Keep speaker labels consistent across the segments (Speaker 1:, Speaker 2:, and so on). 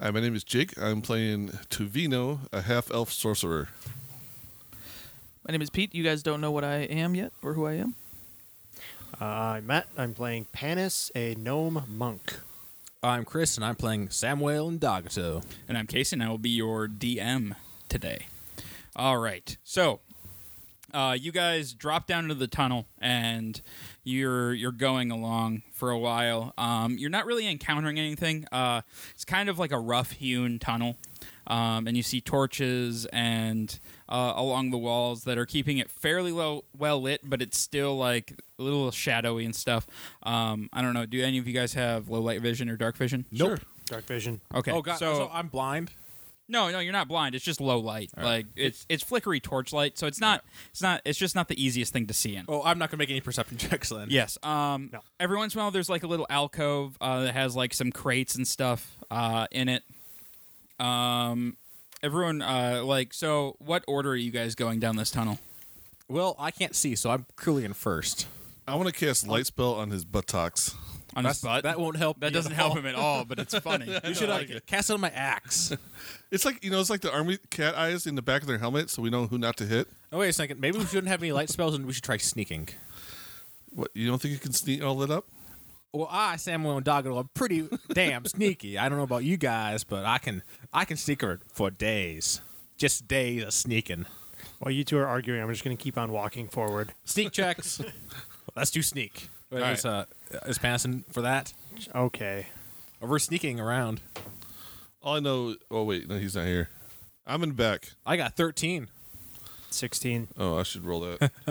Speaker 1: Hi, my name is Jake. I'm playing Tuvino, a half elf sorcerer.
Speaker 2: My name is Pete. You guys don't know what I am yet or who I am.
Speaker 3: Uh, I'm Matt. I'm playing Panis, a gnome monk.
Speaker 4: I'm Chris, and I'm playing Samuel and Dagato.
Speaker 5: And I'm Casey, and I will be your DM today. All right. So, uh, you guys drop down into the tunnel, and you're you're going along for a while. Um, you're not really encountering anything. Uh, it's kind of like a rough-hewn tunnel, um, and you see torches and uh, along the walls that are keeping it fairly low, well lit, but it's still like a little shadowy and stuff. Um, I don't know. Do any of you guys have low light vision or dark vision?
Speaker 4: Nope.
Speaker 3: Dark vision.
Speaker 5: Okay.
Speaker 4: Oh god, so,
Speaker 5: So,
Speaker 4: I'm blind.
Speaker 5: no, no, you're not blind. It's just low light. Like it's it's flickery torchlight, so it's not it's not it's just not the easiest thing to see in.
Speaker 4: Oh, I'm not gonna make any perception checks then.
Speaker 5: Yes. Um.
Speaker 3: No.
Speaker 5: Every once in a while, there's like a little alcove uh, that has like some crates and stuff uh, in it. Um. Everyone, uh, like, so what order are you guys going down this tunnel?
Speaker 4: Well, I can't see, so I'm clearly in first.
Speaker 1: I want to cast light spell on his buttocks.
Speaker 5: On his butt?
Speaker 4: That won't help.
Speaker 5: That
Speaker 4: me
Speaker 5: doesn't
Speaker 4: at
Speaker 5: help
Speaker 4: all.
Speaker 5: him at all, but it's funny.
Speaker 4: You should like cast it on my axe.
Speaker 1: It's like you know, it's like the army cat eyes in the back of their helmet, so we know who not to hit.
Speaker 4: oh wait a second. Maybe we shouldn't have any light spells, and we should try sneaking.
Speaker 1: What you don't think you can sneak all that up?
Speaker 4: Well, I, Samuel and Doggo, I'm pretty damn sneaky. I don't know about you guys, but I can I can sneak her for days, just days of sneaking.
Speaker 3: While you two are arguing, I'm just going to keep on walking forward.
Speaker 4: Sneak checks. Let's do sneak. Wait,
Speaker 5: All
Speaker 4: is, uh, is passing for that?
Speaker 3: Okay.
Speaker 4: Or we're sneaking around.
Speaker 1: All I know. Oh wait, no, he's not here. I'm in back.
Speaker 4: I got 13.
Speaker 3: 16.
Speaker 1: Oh, I should roll that.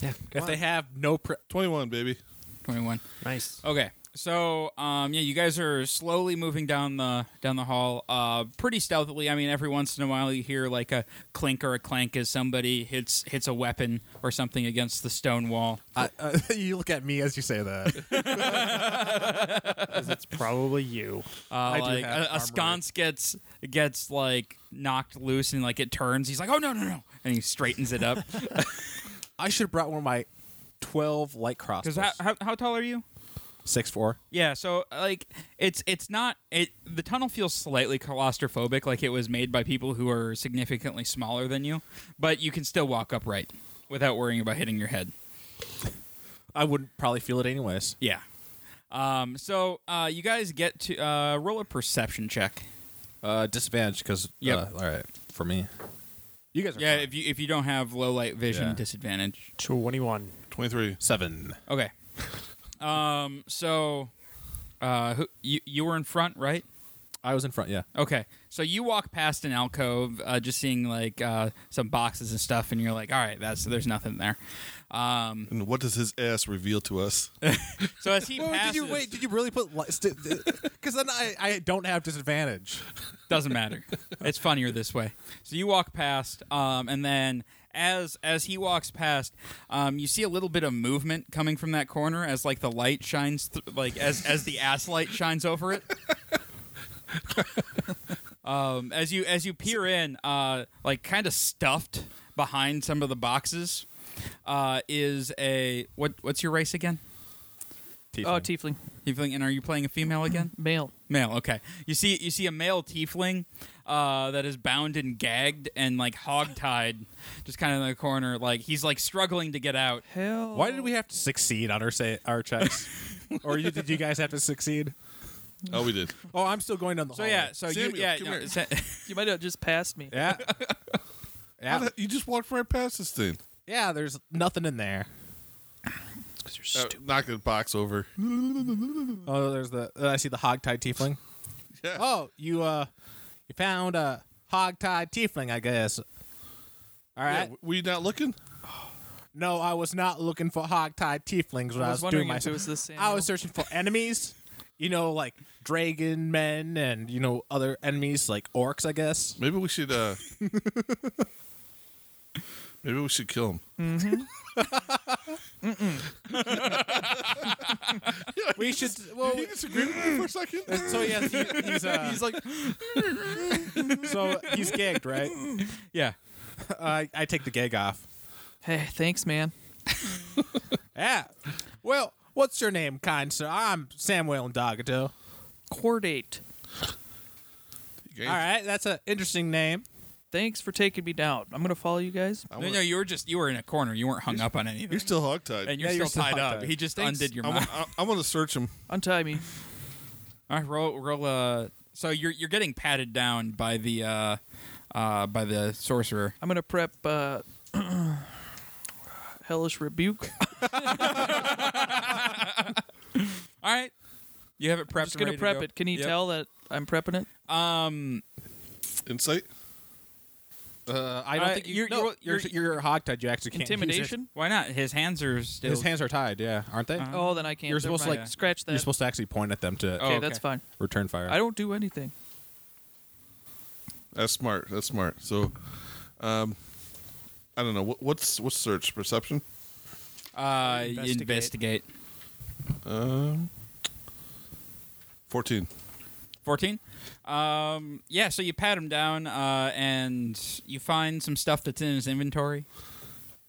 Speaker 4: If they have no pre-
Speaker 1: Twenty-one, baby.
Speaker 5: 21.
Speaker 3: Nice.
Speaker 5: Okay. So, um, yeah, you guys are slowly moving down the down the hall, uh, pretty stealthily. I mean, every once in a while you hear like a clink or a clank as somebody hits hits a weapon or something against the stone wall.
Speaker 4: I, uh, you look at me as you say that.
Speaker 3: 'Cause it's probably you.
Speaker 5: Uh,
Speaker 4: I do
Speaker 5: like
Speaker 4: have
Speaker 5: a, a
Speaker 4: armor.
Speaker 5: sconce gets gets like knocked loose and like it turns. He's like, "Oh no, no, no!" and he straightens it up.
Speaker 4: I should have brought one of my 12 light crossbows.
Speaker 5: Because how, how how tall are you?
Speaker 4: Six four.
Speaker 5: Yeah, so uh, like it's it's not it the tunnel feels slightly claustrophobic like it was made by people who are significantly smaller than you, but you can still walk upright without worrying about hitting your head.
Speaker 4: I wouldn't probably feel it anyways.
Speaker 5: Yeah. Um so uh you guys get to uh roll a perception check.
Speaker 4: Uh, disadvantage because
Speaker 5: Yep.
Speaker 4: all right for me. You guys are
Speaker 5: Yeah,
Speaker 4: fine.
Speaker 5: if you if you don't have low light vision
Speaker 4: Yeah.
Speaker 5: disadvantage.
Speaker 3: 21.
Speaker 1: Twenty-three.
Speaker 4: seven.
Speaker 5: Okay. um so uh who, you you were in front, right?
Speaker 4: I was in front. Yeah.
Speaker 5: Okay, so you walk past an alcove, uh, just seeing like uh, some boxes and stuff, and you're like, "All right, that's there's nothing there." Um,
Speaker 1: And what does his ass reveal to us?
Speaker 5: so as he passes,
Speaker 4: Did you really put? Because then I, I don't have disadvantage.
Speaker 5: doesn't matter. it's funnier this way. So you walk past, um, and then as as he walks past, um, you see a little bit of movement coming from that corner as like the light shines, th- like as as the ass light shines over it. um, as you as you peer in, uh, like kind of stuffed behind some of the boxes, uh, is a what what's your race again?
Speaker 2: Oh, tiefling,
Speaker 5: You feeling, and are you playing a female again?
Speaker 2: male.
Speaker 5: Male, okay. You see, you see a male tiefling uh, that is bound and gagged and like hogtied, just kind of in the corner. Like he's like struggling to get out.
Speaker 2: Hell.
Speaker 4: Why did we have to succeed on our say our checks? or you, did you guys have to succeed?
Speaker 1: Oh, we did.
Speaker 4: Oh, I'm still going down the
Speaker 5: So
Speaker 4: hallway.
Speaker 5: yeah, so
Speaker 1: Samuel,
Speaker 5: you yeah,
Speaker 1: come
Speaker 5: no,
Speaker 1: here.
Speaker 5: Sa-
Speaker 2: You might have just passed me.
Speaker 4: yeah,
Speaker 1: How
Speaker 4: yeah,
Speaker 1: the- you just walked right past this thing.
Speaker 4: yeah. There's nothing in there.
Speaker 1: Uh, knock the box over.
Speaker 4: Oh, there's the uh, I see the hogtied tiefling.
Speaker 1: Yeah.
Speaker 4: Oh, you uh, you found a hogtied tiefling, I guess. All
Speaker 1: Yeah,
Speaker 4: right.
Speaker 1: w- were you not looking?
Speaker 4: No, I was not looking for hogtied tieflings when I was,
Speaker 2: I was wondering
Speaker 4: doing my.
Speaker 2: if it was the same.
Speaker 4: I was searching for enemies, you know, like dragon men and you know other enemies like orcs, I guess.
Speaker 1: Maybe we should. uh Maybe we should kill him.
Speaker 4: we should. Well,
Speaker 1: Did he disagree with me for a second?
Speaker 4: so yes, he, he's, uh,
Speaker 2: He's like,
Speaker 4: so he's gagged, right? Uh,
Speaker 5: Yeah.
Speaker 4: I I take the gag off.
Speaker 2: hey, thanks, man.
Speaker 4: Yeah. Well, what's your name, kind sir? I'm Samuel Ndagato.
Speaker 2: Chordate.
Speaker 1: Gaines,
Speaker 4: All right, that's an interesting name.
Speaker 2: Thanks for taking me down. I'm gonna follow you guys.
Speaker 1: I
Speaker 5: No,
Speaker 1: wanna-
Speaker 5: no, you were just you were in a corner. You weren't hung up on anything.
Speaker 1: You're still hogtied.
Speaker 5: and you're
Speaker 4: Yeah,
Speaker 5: still
Speaker 4: you're still
Speaker 5: tied
Speaker 4: hot
Speaker 5: up.
Speaker 4: tied.
Speaker 5: He just
Speaker 2: Thanks.
Speaker 5: undid your
Speaker 1: I,
Speaker 5: mouth.
Speaker 1: wa- I, I want to search him.
Speaker 2: Untie me.
Speaker 5: All right, roll roll. Uh, so you're you're getting patted down by the uh, uh, by the sorcerer.
Speaker 2: I'm gonna prep uh, hellish rebuke.
Speaker 5: All right, you have it prepped.
Speaker 2: I'm just gonna
Speaker 5: and
Speaker 2: prep
Speaker 5: ready to go.
Speaker 2: it. Can you
Speaker 5: Yep.
Speaker 2: tell that I'm prepping it?
Speaker 5: Um,
Speaker 1: Insight.
Speaker 4: Uh, I
Speaker 5: Uh, you're-
Speaker 4: no,
Speaker 5: you're-
Speaker 4: you're, you're, hogtied. You actually can't. use it.
Speaker 2: Intimidation.
Speaker 5: why not? His hands are still.
Speaker 4: His hands are tied. Yeah, aren't they?
Speaker 5: Uh-huh.
Speaker 2: Oh, then I can't.
Speaker 4: You're
Speaker 2: Never
Speaker 4: supposed to,
Speaker 2: mind.
Speaker 5: like-
Speaker 2: scratch that.
Speaker 4: You're supposed to actually point at them to
Speaker 2: okay,
Speaker 5: Oh, okay.
Speaker 2: that's fine.
Speaker 4: return fire.
Speaker 2: I don't do anything.
Speaker 1: That's smart. That's smart. So, um, I don't know. What, what's what's search perception?
Speaker 5: Uh, investigate.
Speaker 3: Investigate.
Speaker 1: Um, fourteen.
Speaker 5: Fourteen. Um, yeah. So you pat him down, uh, and you find some stuff that's in his inventory.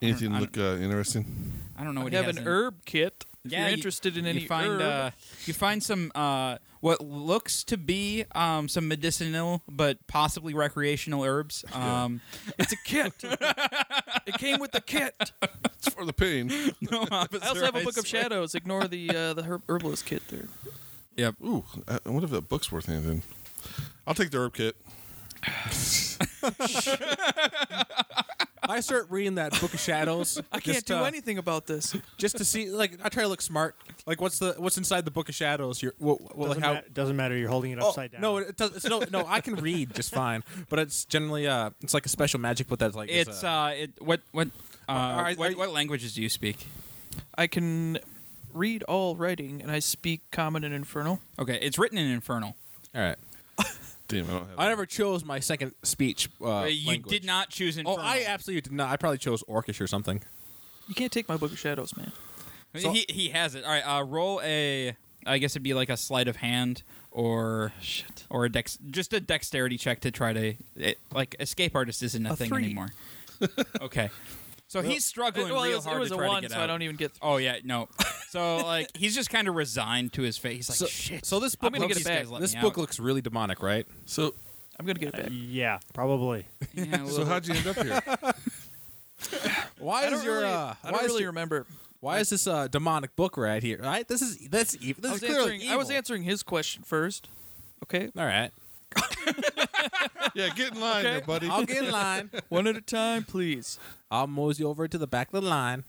Speaker 1: Anything
Speaker 5: I
Speaker 1: look uh, interesting?
Speaker 5: I don't know what
Speaker 2: I have
Speaker 5: he has
Speaker 2: an
Speaker 5: in-
Speaker 2: herb kit. If
Speaker 5: Yeah,
Speaker 2: you're
Speaker 5: you-
Speaker 2: interested in
Speaker 5: you
Speaker 2: any
Speaker 5: find,
Speaker 2: herb,
Speaker 5: Uh, you find some uh, what looks to be um, some medicinal but possibly recreational herbs. Um,
Speaker 2: it's a kit. it came with the kit.
Speaker 1: It's for the pain.
Speaker 5: no, officer,
Speaker 2: I also have a
Speaker 5: I
Speaker 2: book of
Speaker 5: swear.
Speaker 2: shadows. Ignore the uh, the herb- herbalist kit there.
Speaker 5: Yep.
Speaker 1: Ooh, I I wonder if that book's worth anything. I'll take the herb kit.
Speaker 4: I start reading that book of shadows. uh,
Speaker 2: I can't do anything about this.
Speaker 4: just to see. Like I try to look smart. Like what's the what's inside the book of shadows? You're well, well, like
Speaker 3: Doesn't,
Speaker 4: how.
Speaker 3: ma- doesn't matter. You're holding it
Speaker 4: Oh,
Speaker 3: upside down.
Speaker 4: No, it does, it's no, no. I can read just fine, but it's generally uh, it's like a special magic book that's like
Speaker 5: It's uh, it what what uh,
Speaker 4: Are- are-
Speaker 5: what,
Speaker 4: are-
Speaker 5: what languages do you speak?
Speaker 2: I can read all writing, and I speak common and infernal.
Speaker 5: Okay, it's written in Infernal.
Speaker 4: all right.
Speaker 1: Damn, I don't have.
Speaker 4: I never chose my second speech. Uh,
Speaker 5: Uh, you
Speaker 4: language.
Speaker 5: did not choose
Speaker 4: Oh,
Speaker 5: Infernal.
Speaker 4: I absolutely did not. I probably chose Orcish or something.
Speaker 2: You can't take my book of shadows, man.
Speaker 4: So-
Speaker 5: he he has it. All right, uh, roll a. I guess it'd be like a sleight of hand or
Speaker 2: Shit.
Speaker 5: or a dex, just a dexterity check to try to it, like escape artist isn't a,
Speaker 2: A
Speaker 5: thing
Speaker 2: three.
Speaker 5: anymore. okay, so he's struggling
Speaker 2: well,
Speaker 5: real
Speaker 2: it was,
Speaker 5: hard
Speaker 2: it was
Speaker 5: to
Speaker 2: a
Speaker 5: try
Speaker 2: one,
Speaker 5: to get
Speaker 2: so
Speaker 5: out.
Speaker 2: I don't e- even get.
Speaker 5: Oh yeah, no. So like he's just kind of resigned to his fate. He's like,
Speaker 4: so,
Speaker 5: shit.
Speaker 4: so this book.
Speaker 2: gonna
Speaker 5: hope
Speaker 2: get it
Speaker 5: these
Speaker 2: back.
Speaker 5: guys let
Speaker 4: this
Speaker 5: me
Speaker 4: book
Speaker 5: out.
Speaker 4: looks really demonic, right?
Speaker 1: So,
Speaker 2: I'm gonna get it back.
Speaker 3: Yeah, probably.
Speaker 5: Yeah, a
Speaker 1: so
Speaker 5: little
Speaker 1: how'd you end up here?
Speaker 4: Why
Speaker 2: I don't
Speaker 4: is your
Speaker 2: really,
Speaker 4: uh,
Speaker 2: I
Speaker 4: why
Speaker 2: don't
Speaker 4: is
Speaker 2: really
Speaker 4: your-
Speaker 2: remember.
Speaker 4: why is this uh, demonic book right here? Right, this is that's evil. This
Speaker 2: I
Speaker 4: is
Speaker 2: was,
Speaker 4: clearly
Speaker 2: answering, I was
Speaker 4: evil.
Speaker 2: answering his question first. Okay,
Speaker 4: All right,
Speaker 1: yeah, get in line,
Speaker 2: Okay.
Speaker 1: there, buddy.
Speaker 4: I'll get in line.
Speaker 2: one at a time, please.
Speaker 4: I'll mosey over to the back of the line.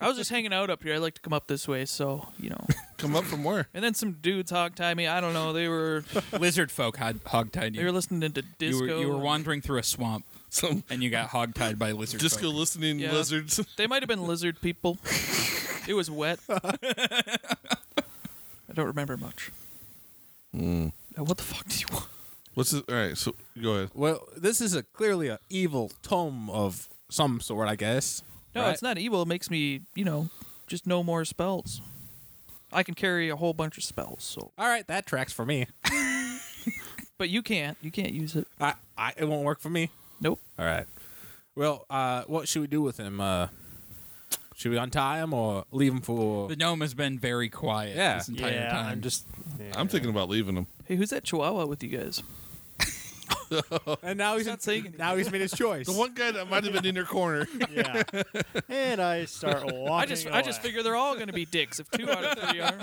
Speaker 2: I was just hanging out up here. I like to come up this way, so you know.
Speaker 1: Come up from where?
Speaker 2: And then some dudes hog tie me. I don't know. They were
Speaker 5: lizard folk hog hogtied
Speaker 2: they were
Speaker 5: you.
Speaker 2: listening to
Speaker 5: You
Speaker 2: disco.
Speaker 5: were, you were wandering through a swamp
Speaker 1: Some
Speaker 5: and you got hogtied by lizard
Speaker 1: disco
Speaker 5: folk.
Speaker 1: listening
Speaker 2: Yeah.
Speaker 1: lizards.
Speaker 2: They might have been lizard people. it was wet. I don't remember much. Now, what the fuck do you want?
Speaker 1: What's it? All right, so go ahead.
Speaker 4: Well, this is a clearly a evil tome of some sort, I guess.
Speaker 2: No,
Speaker 4: right?
Speaker 2: it's not evil. It makes me, you know, just know more spells. I can carry a whole bunch of spells. So,
Speaker 4: All right, that tracks for me.
Speaker 2: but you can't. You can't use it.
Speaker 4: I, I it won't work for me.
Speaker 2: Nope.
Speaker 4: All right. Well, uh, what should we do with him? Uh, should we untie him or leave him for?
Speaker 5: The gnome has been very quiet
Speaker 4: Yeah.
Speaker 5: this entire
Speaker 3: Yeah,
Speaker 5: time.
Speaker 3: I'm just.
Speaker 1: I'm thinking about leaving him.
Speaker 2: Hey, who's that Chihuahua with you guys?
Speaker 4: And now he's,
Speaker 2: Oh, He's not saying anything.
Speaker 4: now he's made his choice.
Speaker 1: The one guy that might have been in your corner.
Speaker 3: Yeah. and I start walking.
Speaker 2: I just, I just
Speaker 3: away.
Speaker 2: figure they're all going to be dicks if two out of three are.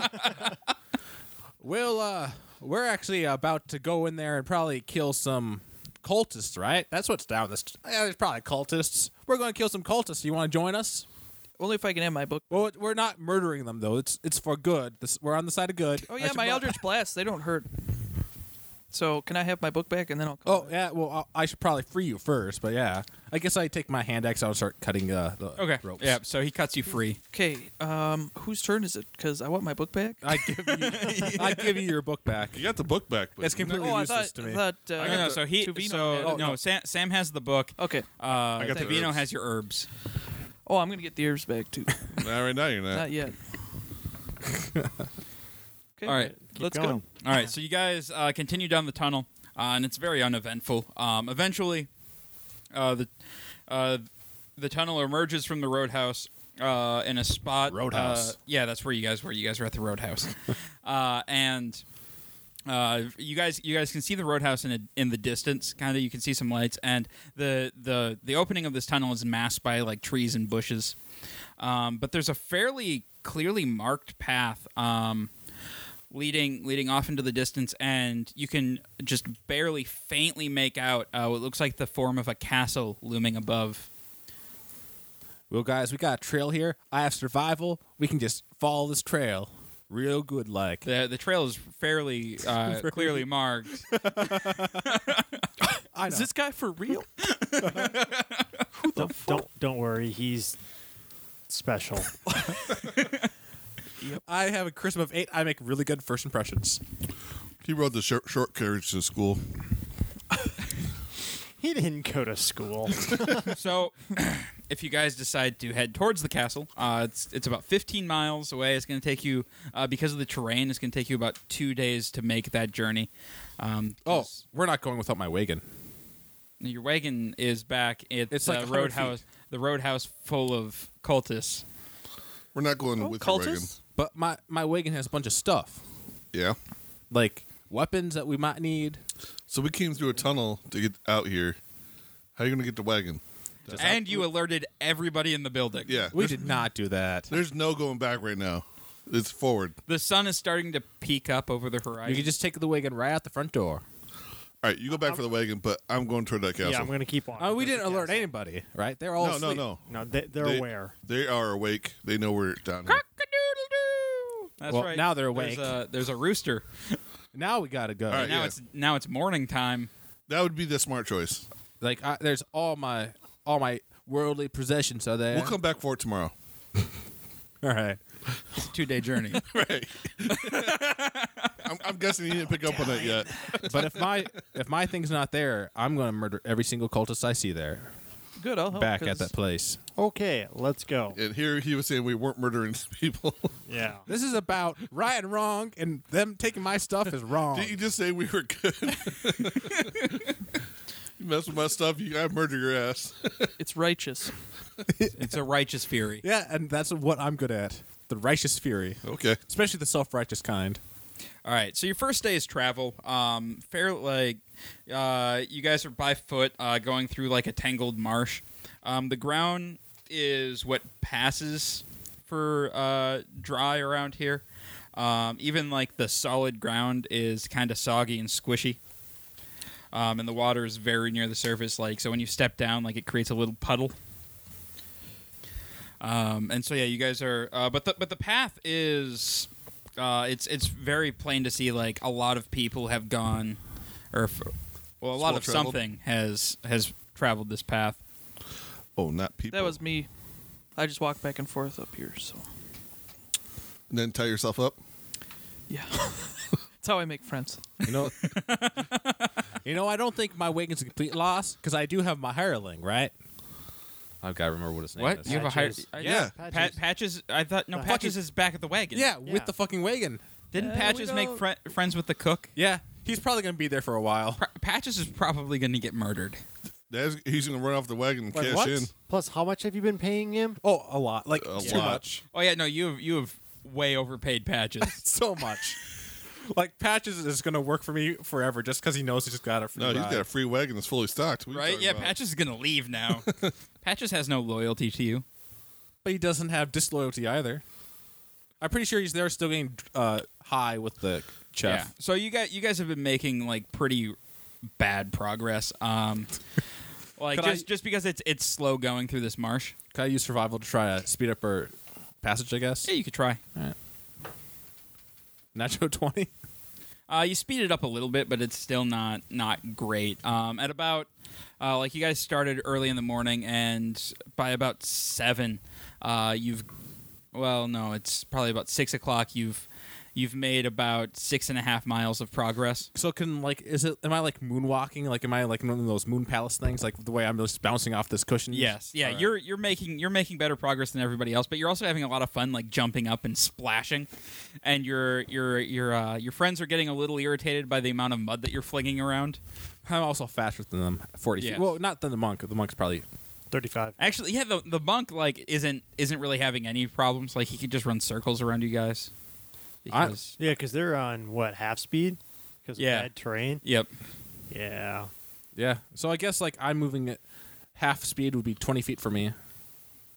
Speaker 4: Well, uh, we're actually about to go in there and probably kill some cultists, right? That's what's down this. Yeah, there's probably cultists. We're going to kill some cultists. You want to join us?
Speaker 2: Only if I can have my book.
Speaker 4: Well, we're not murdering them though. It's it's for good. This, we're on the side of good.
Speaker 2: Oh
Speaker 4: I
Speaker 2: yeah,
Speaker 4: should
Speaker 2: my
Speaker 4: prob-
Speaker 2: Eldritch Blasts, they don't hurt. So can I have my book back and then I'll come
Speaker 4: Oh
Speaker 2: back?
Speaker 4: yeah. Well, I'll- I should probably free you first, but yeah. I guess I take my hand axe out and start cutting uh, the
Speaker 5: okay.
Speaker 4: ropes.
Speaker 5: Yeah, so he cuts you free.
Speaker 2: Okay, um, whose turn is it? Because I want my book back.
Speaker 4: I give you, I give you your book back.
Speaker 1: You got the book back, but
Speaker 4: It's completely
Speaker 2: oh, I
Speaker 4: useless
Speaker 2: thought,
Speaker 4: to me.
Speaker 2: I thought uh,
Speaker 5: no, no, so he
Speaker 2: Tuvino
Speaker 5: so oh,
Speaker 2: had it.
Speaker 5: no, Sam, Sam has the book.
Speaker 2: Okay.
Speaker 5: Uh,
Speaker 1: got the
Speaker 5: Vino
Speaker 1: herbs.
Speaker 5: has your herbs.
Speaker 2: Oh, I'm gonna get the ears back too.
Speaker 1: Not right now, you're not.
Speaker 2: Not yet. okay,
Speaker 5: All right.
Speaker 3: Keep
Speaker 2: let's
Speaker 3: going.
Speaker 2: go.
Speaker 5: All right, so you guys uh, continue down the tunnel, uh, and it's very uneventful. Um, eventually, uh, the uh, the tunnel emerges from the roadhouse uh, in a spot.
Speaker 4: Roadhouse.
Speaker 5: uh, yeah, that's where you guys were. You guys were at the roadhouse, uh, and uh, you guys you guys can see the roadhouse in a, in the distance. Kind of, you can see some lights, and the the the opening of this tunnel is masked by like trees and bushes. Um, but there's a fairly clearly marked path. Um, leading leading off into the distance, and you can just barely faintly make out uh, what looks like the form of a castle looming above.
Speaker 4: Well, guys, we got a trail here. I have survival. We can just follow this trail real good like.
Speaker 5: the The trail is fairly uh, clearly marked.
Speaker 4: I know.
Speaker 2: Is this guy for real?
Speaker 3: Don't, don't don't worry. He's special.
Speaker 4: I have a charisma of eight. I make really good first impressions.
Speaker 1: He rode the short, short carriage to school.
Speaker 3: he didn't go to school.
Speaker 5: so, if you guys decide to head towards the castle, uh, it's it's about 15 miles away. It's going to take you uh, because of the terrain. It's going to take you about two days to make that journey. Um,
Speaker 4: Oh,
Speaker 5: 'cause
Speaker 4: we're not going without my wagon.
Speaker 5: your wagon is back at
Speaker 4: It's
Speaker 5: the
Speaker 4: like 100 feet.
Speaker 5: roadhouse. The roadhouse full of cultists.
Speaker 1: We're not going
Speaker 2: Oh,
Speaker 1: with the wagon.
Speaker 2: cultists?
Speaker 4: But my, my wagon has a bunch of stuff,
Speaker 1: Yeah.
Speaker 4: like weapons that we might need.
Speaker 1: So we came through a tunnel to get out here. How are you going to get the wagon?
Speaker 5: and you alerted everybody in the building.
Speaker 1: Yeah.
Speaker 4: We
Speaker 1: Uh, there's,
Speaker 4: did not do that.
Speaker 1: there's no going back right now. It's forward.
Speaker 5: The sun is starting to peek up over the horizon.
Speaker 4: You can just take the wagon right out the front door.
Speaker 1: All right, you go back for the wagon, but I'm going toward that castle.
Speaker 3: yeah, I'm gonna keep on.
Speaker 4: Oh, we
Speaker 3: There's
Speaker 4: didn't
Speaker 3: a
Speaker 4: alert
Speaker 3: castle.
Speaker 4: anybody, right? They're all
Speaker 1: no, no,
Speaker 4: asleep.
Speaker 1: no.
Speaker 3: No, they, they're
Speaker 1: They-
Speaker 3: aware.
Speaker 1: They are awake. They know we're down here.
Speaker 5: Cock-a-doodle-doo. That's
Speaker 4: Well,
Speaker 5: right.
Speaker 4: now they're awake.
Speaker 5: There's a, there's a rooster.
Speaker 4: Now we gotta go.
Speaker 1: All right.
Speaker 5: now
Speaker 1: yeah.
Speaker 5: it's now it's morning time.
Speaker 1: That would be the smart choice.
Speaker 4: Like I, there's all my all my worldly possessions are there.
Speaker 1: We'll come back for it tomorrow.
Speaker 4: All right.
Speaker 5: It's a two day journey.
Speaker 1: Right. I'm, I'm guessing you didn't pick up on that yet.
Speaker 4: But if my if my thing's not there, I'm gonna murder every single cultist I see there.
Speaker 2: Good. I'll
Speaker 1: Oh,
Speaker 2: help.
Speaker 4: back at
Speaker 2: 'cause
Speaker 4: that place.
Speaker 3: Okay, let's go.
Speaker 1: And here he was saying we weren't murdering people.
Speaker 3: Yeah.
Speaker 4: This is about right and wrong, and them taking my stuff is wrong.
Speaker 1: Did you just say we were good? you mess with my stuff, you I murder your ass.
Speaker 2: It's righteous.
Speaker 5: it's a righteous fury.
Speaker 4: yeah, and that's what I'm good at: the righteous fury,
Speaker 1: Okay.
Speaker 4: especially the self-righteous kind.
Speaker 5: All right. So your first day's travel, um, fair like, uh, you guys are by foot, uh, going through like a tangled marsh. Um, the ground is what passes for uh, dry around here. Um, even like the solid ground is kind of soggy and squishy. Um, and the water is very near the surface, like so when you step down, like it creates a little puddle. Um, and so yeah, you guys are, uh, but the but the path is, uh, it's it's very plain to see like a lot of people have gone, or f- well, a lot
Speaker 1: well
Speaker 5: of
Speaker 1: traveled.
Speaker 5: something has has traveled this path.
Speaker 1: Oh, not people.
Speaker 2: That was me. I just walk back and forth up here. So
Speaker 1: And then tie yourself up.
Speaker 2: yeah, that's how I make friends.
Speaker 4: You know, you know, I don't think my wagon's a complete loss because I do have my hireling, right? I've got to remember what his name
Speaker 5: What
Speaker 4: is.
Speaker 5: you have a higher?
Speaker 3: Patches.
Speaker 1: Yeah.
Speaker 5: Pa- patches.
Speaker 3: Patches.
Speaker 5: I thought no,
Speaker 3: The
Speaker 5: patches,
Speaker 3: Patches-
Speaker 5: is back at the wagon.
Speaker 4: Yeah,
Speaker 3: Yeah.
Speaker 4: with the fucking wagon.
Speaker 5: didn't
Speaker 2: Yeah, we
Speaker 5: patches make
Speaker 2: don't-
Speaker 5: fri friends with the cook?
Speaker 4: Yeah, he's probably gonna be there for a while.
Speaker 5: Pr- patches is probably going to get murdered.
Speaker 1: That is, he's going to run off the wagon and
Speaker 4: Wait,
Speaker 1: cash
Speaker 4: what?
Speaker 1: in.
Speaker 3: Plus, how much have you been paying him?
Speaker 4: Oh, a lot, like
Speaker 1: A
Speaker 4: too
Speaker 1: lot.
Speaker 4: much,
Speaker 5: Oh yeah, no, you have you have way overpaid patches.
Speaker 4: so much. like Patches is gonna work for me forever just because he knows he's got a free
Speaker 1: No, he's
Speaker 4: ride.
Speaker 1: got a free wagon that's fully stocked. What are you
Speaker 5: right?
Speaker 1: talking
Speaker 5: Yeah,
Speaker 1: about?
Speaker 5: Patches is going to leave now. patches has no loyalty to you.
Speaker 4: but he doesn't have disloyalty either. I'm pretty sure he's there still getting uh, high with the chef.
Speaker 5: Yeah. So you guys you guys have been making like pretty bad progress. Um like
Speaker 4: Could I-
Speaker 5: just just because it's it's slow going through this marsh.
Speaker 4: Can I use survival to try to speed up our passage? I guess
Speaker 5: Yeah, you could try.
Speaker 4: natural twenty.
Speaker 5: Uh, you speed it up a little bit, but it's still not not great. Um, at about uh, like you guys started early in the morning, and by about seven, uh, you've well, no, it's probably about six o'clock. You've You've made about six and a half miles of progress.
Speaker 4: So can like is it am I like moonwalking? Like am I like one of those moon palace things? Like the way I'm just bouncing off this cushion?
Speaker 5: Yes, yeah,
Speaker 4: All right.
Speaker 5: you're you're making you're making better progress than everybody else, but you're also having a lot of fun, like jumping up and splashing, and your your your uh, your friends are getting a little irritated by the amount of mud that you're flinging around.
Speaker 4: I'm also faster than them. Forty
Speaker 5: Yes.
Speaker 4: feet. Well, not than the monk. The monk's probably
Speaker 3: 35.
Speaker 5: Actually, yeah, the the monk like isn't isn't really having any problems. Like he could just run circles around you guys.
Speaker 4: I-
Speaker 5: Because,
Speaker 3: Yeah, because they're on, what, half speed? Because
Speaker 5: Yeah.
Speaker 3: bad terrain?
Speaker 5: yep.
Speaker 3: Yeah.
Speaker 4: yeah. So I guess like I'm moving at half speed would be twenty feet for me.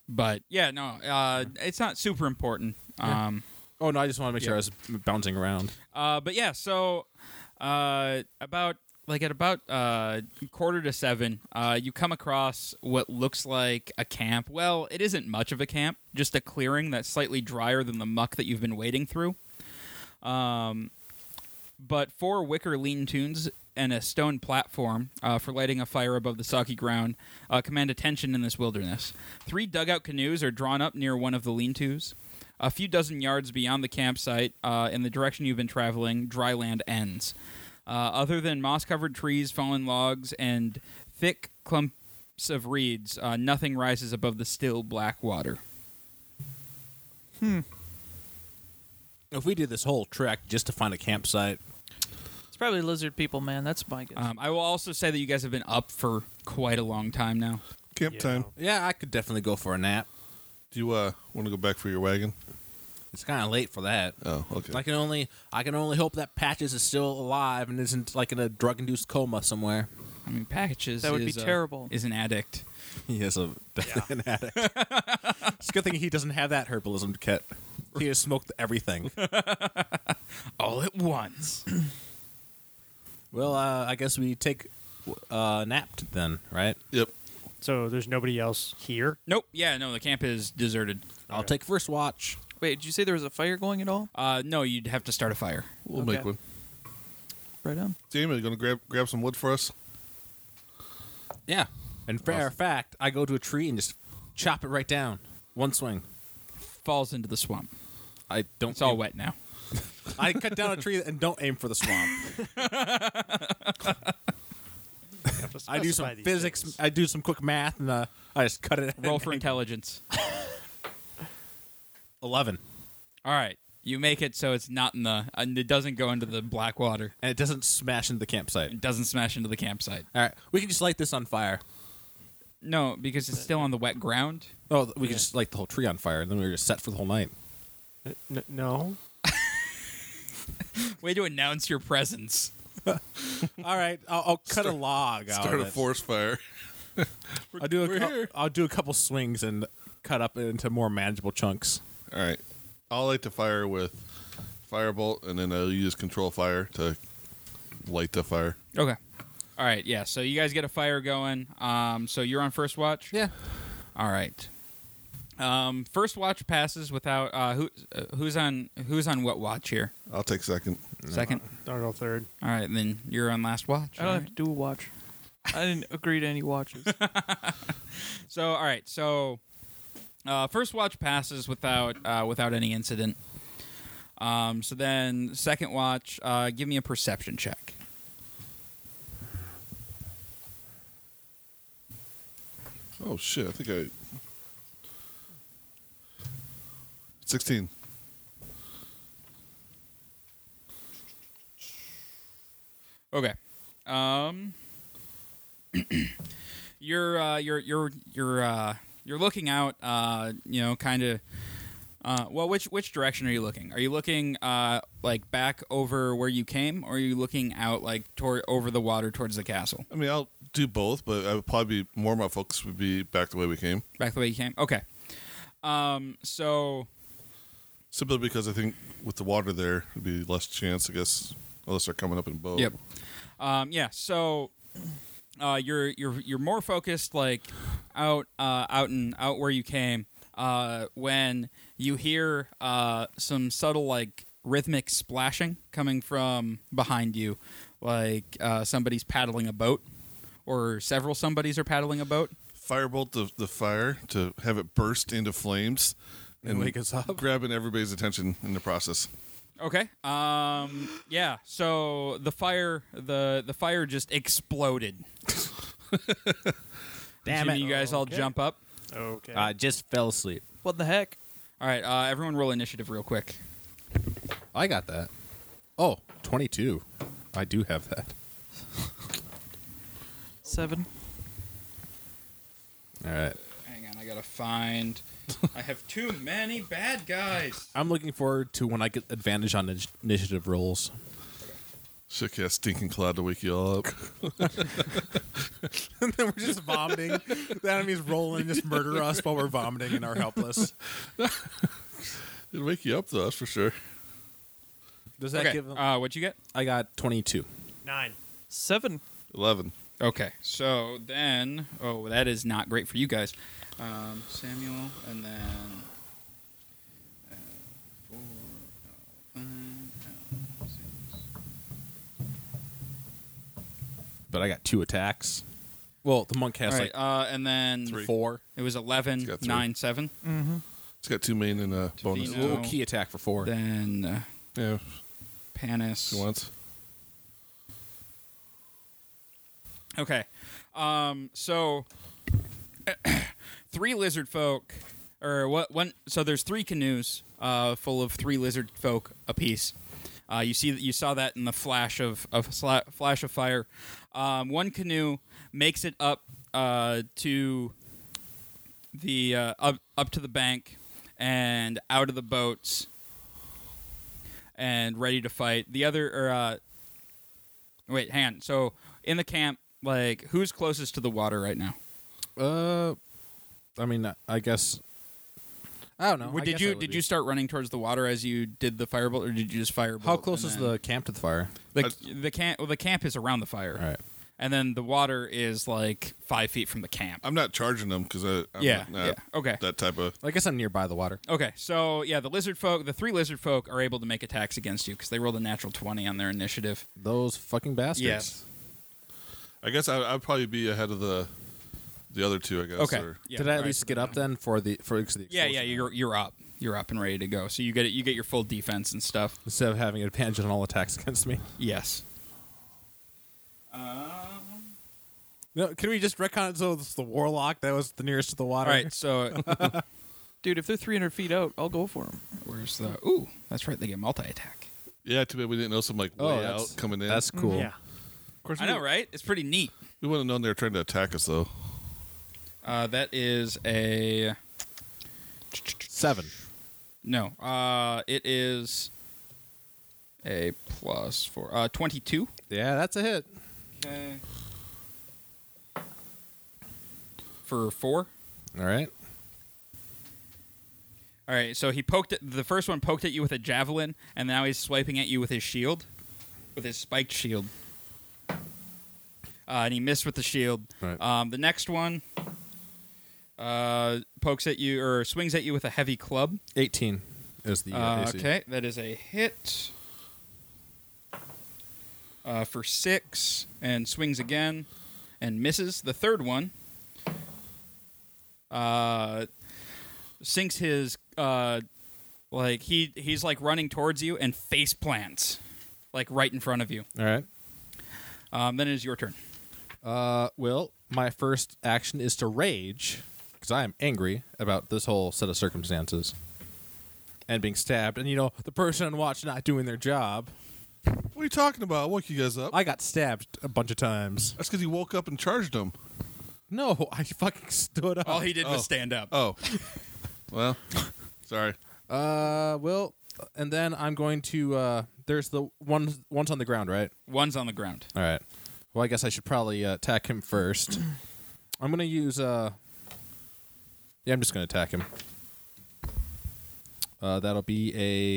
Speaker 5: But yeah, no, uh, it's not super important. Um,
Speaker 4: Oh no, I just want to make sure I
Speaker 5: Yeah.
Speaker 4: was bouncing around.
Speaker 5: uh, but yeah, so uh, about like at about uh, quarter to seven, uh, you come across what looks like a camp. Well, it isn't much of a camp, just a clearing that's slightly drier than the muck that you've been wading through. Um, but four wicker lean tunes and a stone platform uh, for lighting a fire above the saki ground uh, command attention in this wilderness. Three dugout canoes are drawn up near one of the lean tos. A few dozen yards beyond the campsite, uh, in the direction you've been traveling, dry land ends. Uh, other than moss covered trees, fallen logs, and thick clumps of reeds, uh, nothing rises above the still black water.
Speaker 4: If we did this whole trek just to find a campsite,
Speaker 2: It's probably lizard people, man. That's my guess.
Speaker 5: Um, I will also say that you guys have been up for quite a long time now.
Speaker 1: Camp
Speaker 3: Yeah.
Speaker 1: time.
Speaker 4: yeah, I could definitely go for a nap.
Speaker 1: Do you uh, want to go back for your wagon?
Speaker 4: It's kind of late for that.
Speaker 1: Oh, okay.
Speaker 4: I can only I can only hope that Patches is still alive and isn't like in a drug induced coma somewhere.
Speaker 5: I mean, packages
Speaker 2: That would be
Speaker 5: is, uh,
Speaker 2: terrible.
Speaker 5: is an addict.
Speaker 4: He is a definitely an addict. it's a good thing he doesn't have that herbalism kit. He has smoked everything.
Speaker 5: all at once.
Speaker 4: well, uh, I guess we take uh, nap then, right?
Speaker 1: yep.
Speaker 3: So there's nobody else here?
Speaker 5: nope. Yeah, no, the camp is deserted.
Speaker 4: I'll take first watch.
Speaker 2: Wait, did you say there was a fire going at all?
Speaker 5: Uh, no, you'd have to start a fire.
Speaker 1: We'll
Speaker 2: Okay.
Speaker 1: make one.
Speaker 2: Right on.
Speaker 1: Jamie, you gonna grab grab some wood for us?
Speaker 4: Yeah. And fair fact, I go to a tree and just chop it right down. One swing.
Speaker 5: Falls into the swamp.
Speaker 4: I don't.
Speaker 5: It's all
Speaker 4: aim-
Speaker 5: wet now.
Speaker 4: I cut down a tree and don't aim for the swamp.
Speaker 3: Have to
Speaker 4: I do
Speaker 3: specify
Speaker 4: some
Speaker 3: these
Speaker 4: physics.
Speaker 3: things.
Speaker 4: I do some quick math and uh, I just cut it.
Speaker 5: Roll for intelligence.
Speaker 4: eleven,
Speaker 5: All right, you make it so it's not in the. And it doesn't go into the black water.
Speaker 4: and it doesn't smash into the campsite.
Speaker 5: It doesn't smash into the campsite.
Speaker 4: All right, we can just light this on fire.
Speaker 5: No, because it's still on the wet ground.
Speaker 4: Oh, we can just light the whole tree on fire, and then we we're just set for the whole night.
Speaker 3: Uh, N- no.
Speaker 5: Way to announce your presence.
Speaker 4: All right, I'll, I'll cut a log. out
Speaker 1: Start
Speaker 4: of
Speaker 1: a
Speaker 4: it.
Speaker 1: forest fire.
Speaker 4: I'll do a
Speaker 1: We're
Speaker 4: cou-
Speaker 1: here.
Speaker 4: I'll do a couple swings and cut up into more manageable chunks.
Speaker 1: All right. I'll light the fire with firebolt, and then I'll use control fire to light the fire.
Speaker 5: Okay. All right. Yeah. So you guys get a fire going. Um. So you're on first watch.
Speaker 4: Yeah.
Speaker 5: All right. Um. First watch passes without. Uh. Who. Uh, who's on. Who's on what watch here?
Speaker 1: I'll take second.
Speaker 5: Second.
Speaker 3: I'll go third.
Speaker 5: All right, then you're on last watch.
Speaker 2: I don't have to do a watch. I didn't agree to any watches.
Speaker 5: So all right, so uh, first watch passes without uh, without any incident. Um, so then second watch, uh, give me a perception check.
Speaker 1: Oh shit! I think I. Sixteen.
Speaker 5: Okay. Um, you're uh, you're you're you're uh, you're looking out. Uh, you know, kind of. Uh, well, which which direction are you looking? Are you looking uh, like back over where you came, or are you looking out like toward over the water towards the castle?
Speaker 1: I mean, I'll do both, but I would probably be more. of My focus would be back the way we came,
Speaker 5: Back the way you came. Okay. Um. So.
Speaker 1: simply because I think with the water there, it'd be less chance, I guess, unless they're coming up in boat.
Speaker 5: Yep. Um. Yeah. So. Uh. You're you're you're more focused like, out uh out and out where you came. Uh. When you hear uh some subtle like rhythmic splashing coming from behind you, like uh somebody's paddling a boat, or several somebodies are paddling a boat.
Speaker 1: Firebolt the the fire to have it burst into flames, and
Speaker 4: Wake us up.
Speaker 1: grabbing everybody's attention in the process.
Speaker 5: Okay. Um. Yeah. So the fire, the the fire just exploded.
Speaker 4: Damn
Speaker 5: Jimmy,
Speaker 4: it.
Speaker 5: You guys all
Speaker 3: Okay.
Speaker 5: jump up.
Speaker 3: Okay.
Speaker 5: Uh,
Speaker 4: I just fell asleep.
Speaker 2: What the heck?
Speaker 5: All right. Uh, everyone, roll initiative real quick.
Speaker 4: I got that. Oh, 22. I do have that.
Speaker 2: Seven.
Speaker 4: All right.
Speaker 5: Hang on. I gotta find. I have too many bad guys.
Speaker 4: I'm looking forward to when I get advantage on initi- initiative rolls.
Speaker 1: Shook ass stinking cloud to wake you all up.
Speaker 4: and then we're just vomiting. the enemy's rolling, just murder us while we're vomiting and are helpless.
Speaker 1: It'd wake you up though, that's for sure.
Speaker 4: Does
Speaker 5: Okay. Uh, what you get?
Speaker 4: I got 22.
Speaker 3: Nine.
Speaker 2: Seven.
Speaker 1: Eleven.
Speaker 5: Okay. So then, oh, that is not great for you guys. Um, Samuel, and then uh, four, oh, five, oh, six.
Speaker 4: But I got two attacks. Well, the monk has
Speaker 5: All right,
Speaker 4: like
Speaker 5: uh, and then
Speaker 1: Three.
Speaker 4: four.
Speaker 5: it was 11,
Speaker 1: It's got three.
Speaker 5: 9, 7.
Speaker 1: It's got two main and a bonus.
Speaker 5: Tavino.
Speaker 4: Ooh, key attack for four.
Speaker 5: Then uh,
Speaker 1: Yeah,
Speaker 5: Panis.
Speaker 1: two once.
Speaker 5: Okay. Um, so three lizard folk or what one so there's three canoes uh, full of three lizard folk apiece. Uh, you see that you saw that in the flash of, of sla- flash of fire. Um, one canoe makes it up uh, to the uh, up, up to the bank and out of the boats and ready to fight. The other or uh, Wait, hang on. So in the camp, like who's closest to the water right now?
Speaker 4: Uh, I mean, I- I guess. I don't know.
Speaker 5: Or
Speaker 4: I
Speaker 5: did
Speaker 4: guess
Speaker 5: you
Speaker 4: that would
Speaker 5: did
Speaker 4: be-
Speaker 5: you start running towards the water as you did the firebolt, or did you just firebolt?
Speaker 4: How close
Speaker 5: and
Speaker 4: is
Speaker 5: then-
Speaker 4: the camp to the fire?
Speaker 5: the camp? Well, the camp is around the fire,
Speaker 4: All right.
Speaker 5: and then the water is like five feet from the camp.
Speaker 1: I'm not charging them because I I'm
Speaker 5: yeah,
Speaker 1: not, not
Speaker 5: yeah. Okay.
Speaker 1: that type of
Speaker 4: I guess I'm nearby the water.
Speaker 5: Okay, so yeah, the lizard folk, the three lizard folk, are able to make attacks against you because they rolled a natural twenty on their initiative.
Speaker 4: Those fucking bastards.
Speaker 5: Yes.
Speaker 1: I guess I, I'd probably be ahead of the the other two. I guess.
Speaker 5: Okay.
Speaker 1: or-
Speaker 5: Yeah,
Speaker 4: Did I at
Speaker 5: alright,
Speaker 4: least
Speaker 5: so
Speaker 4: get up then for the for the
Speaker 5: Yeah, yeah,
Speaker 4: explosion?
Speaker 5: you're you're up, you're up and ready to go. So you get it, you get your full defense and stuff.
Speaker 4: instead of having an advantage on all attacks against me.
Speaker 5: Yes.
Speaker 4: No, can we just reckon it so it's the warlock that was the nearest to the
Speaker 5: All
Speaker 4: water?
Speaker 5: right, so
Speaker 2: Dude, if they're 300 feet out, I'll go for them.
Speaker 5: Where's the? Ooh, that's right. They get multi attack.
Speaker 1: Yeah. Too bad we didn't know some like way
Speaker 4: Oh,
Speaker 1: out
Speaker 4: that's-
Speaker 1: coming in.
Speaker 4: That's cool.
Speaker 3: Yeah.
Speaker 1: of course.
Speaker 5: I
Speaker 1: we-
Speaker 5: know, right? It's pretty neat.
Speaker 1: We wouldn't have known they were trying to attack us though.
Speaker 5: Uh, that is a
Speaker 4: Seven.
Speaker 5: no. Uh, it is a plus four. Uh, twenty-two.
Speaker 4: Yeah, that's a hit.
Speaker 5: Okay. For four.
Speaker 4: All right.
Speaker 5: All right. So he poked at the first one. Poked at you with a javelin, and now he's swiping at you with his shield, with his spiked shield. Uh, and he missed with the shield.
Speaker 4: Right.
Speaker 5: Um, the next one uh, pokes at you or swings at you with a heavy club.
Speaker 4: Eighteen is the uh,
Speaker 5: Uh,
Speaker 4: AC.
Speaker 5: okay, that is a hit uh, for six and swings again and misses. The third one uh, sinks his uh, like he he's like running towards you and face plants like right in front of you.
Speaker 4: All right.
Speaker 5: Um, then it is your turn.
Speaker 4: Uh, well, my first action is to rage because I am angry about this whole set of circumstances and being stabbed. And you know, the person on watch not doing their job.
Speaker 1: What are you talking about? I woke you guys up.
Speaker 4: I got stabbed a bunch of times.
Speaker 1: That's because you woke up and charged them.
Speaker 4: No, I fucking stood up.
Speaker 5: All he did
Speaker 1: oh.
Speaker 5: was stand up.
Speaker 1: Oh. well. Sorry.
Speaker 4: Uh, well, and then I'm going to. Uh, there's the one. One's on the ground, right?
Speaker 5: One's on the ground.
Speaker 4: All right. Well, I guess I should probably uh, attack him first. I'm gonna use. Uh, yeah, I'm just gonna attack him. Uh, that'll be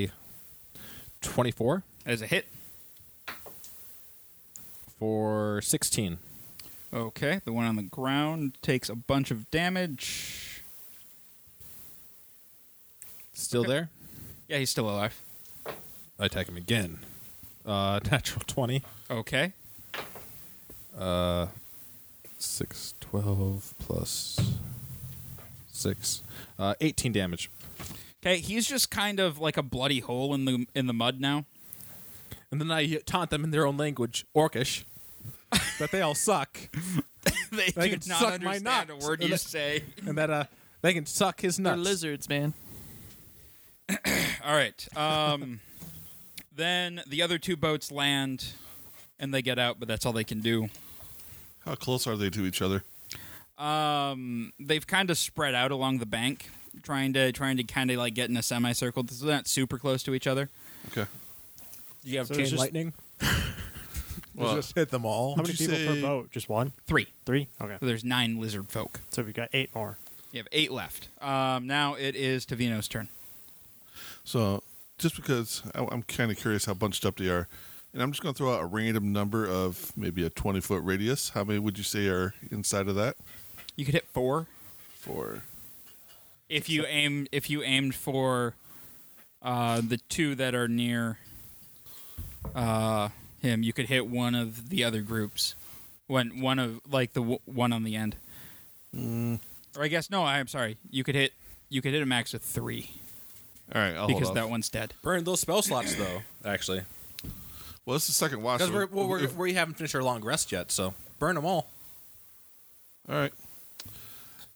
Speaker 4: a 24
Speaker 5: That is a hit.
Speaker 4: for 16.
Speaker 5: Okay, the one on the ground takes a bunch of damage.
Speaker 4: Still there?
Speaker 5: Yeah, he's still alive.
Speaker 4: I attack him again. Uh, natural 20.
Speaker 5: Okay.
Speaker 4: 6, 12 plus 6. Uh, 18 damage.
Speaker 5: Okay, he's just kind of like a bloody hole in the in the mud now.
Speaker 4: And then I taunt them in their own language, Orcish. that they all suck,
Speaker 5: they
Speaker 4: They
Speaker 5: do
Speaker 4: can
Speaker 5: not
Speaker 4: suck my
Speaker 5: understand a
Speaker 4: nuts.
Speaker 5: word you say.
Speaker 4: and that uh, they can suck his
Speaker 2: They're
Speaker 4: nuts.
Speaker 2: lizards, man.
Speaker 5: All right. Um, then the other two boats land, and they get out, but that's all they can do.
Speaker 1: How close are they to each other?
Speaker 5: Um, they've kind of spread out along the bank, trying to trying to kind of like get in a semicircle. So they're not super close to each other.
Speaker 1: Okay.
Speaker 5: You have
Speaker 3: So
Speaker 5: two-
Speaker 3: it's
Speaker 4: Chain
Speaker 3: just-
Speaker 4: lightning.
Speaker 1: Well,
Speaker 4: just hit them all.
Speaker 3: How many
Speaker 1: you
Speaker 3: people
Speaker 1: say-
Speaker 3: per boat? Just one?
Speaker 5: three.
Speaker 3: Three? Okay.
Speaker 5: So there's nine lizard folk.
Speaker 3: So we've got eight more.
Speaker 5: You have eight left. Um, now it is Tavino's turn.
Speaker 1: So, just because I, I'm kind of curious how bunched up they are, and I'm just going to throw out a random number of maybe a 20 foot radius. How many would you say are inside of that?
Speaker 5: You could hit four
Speaker 1: For
Speaker 5: if you aim if you aimed for uh, the two that are near uh, him. You could hit one of the other groups. One one of like the w- one on the end. Or I guess no. I'm sorry. You could hit you could hit a max of three
Speaker 1: all right, I'll
Speaker 5: because
Speaker 1: hold
Speaker 5: that
Speaker 1: off.
Speaker 5: one's dead.
Speaker 4: Burn those spell slots though. Actually,
Speaker 1: Well, it's the second watch.
Speaker 4: because
Speaker 1: so
Speaker 4: we're, well, we're,
Speaker 1: if-
Speaker 4: we haven't finished our long rest yet, so burn them all.
Speaker 1: all right.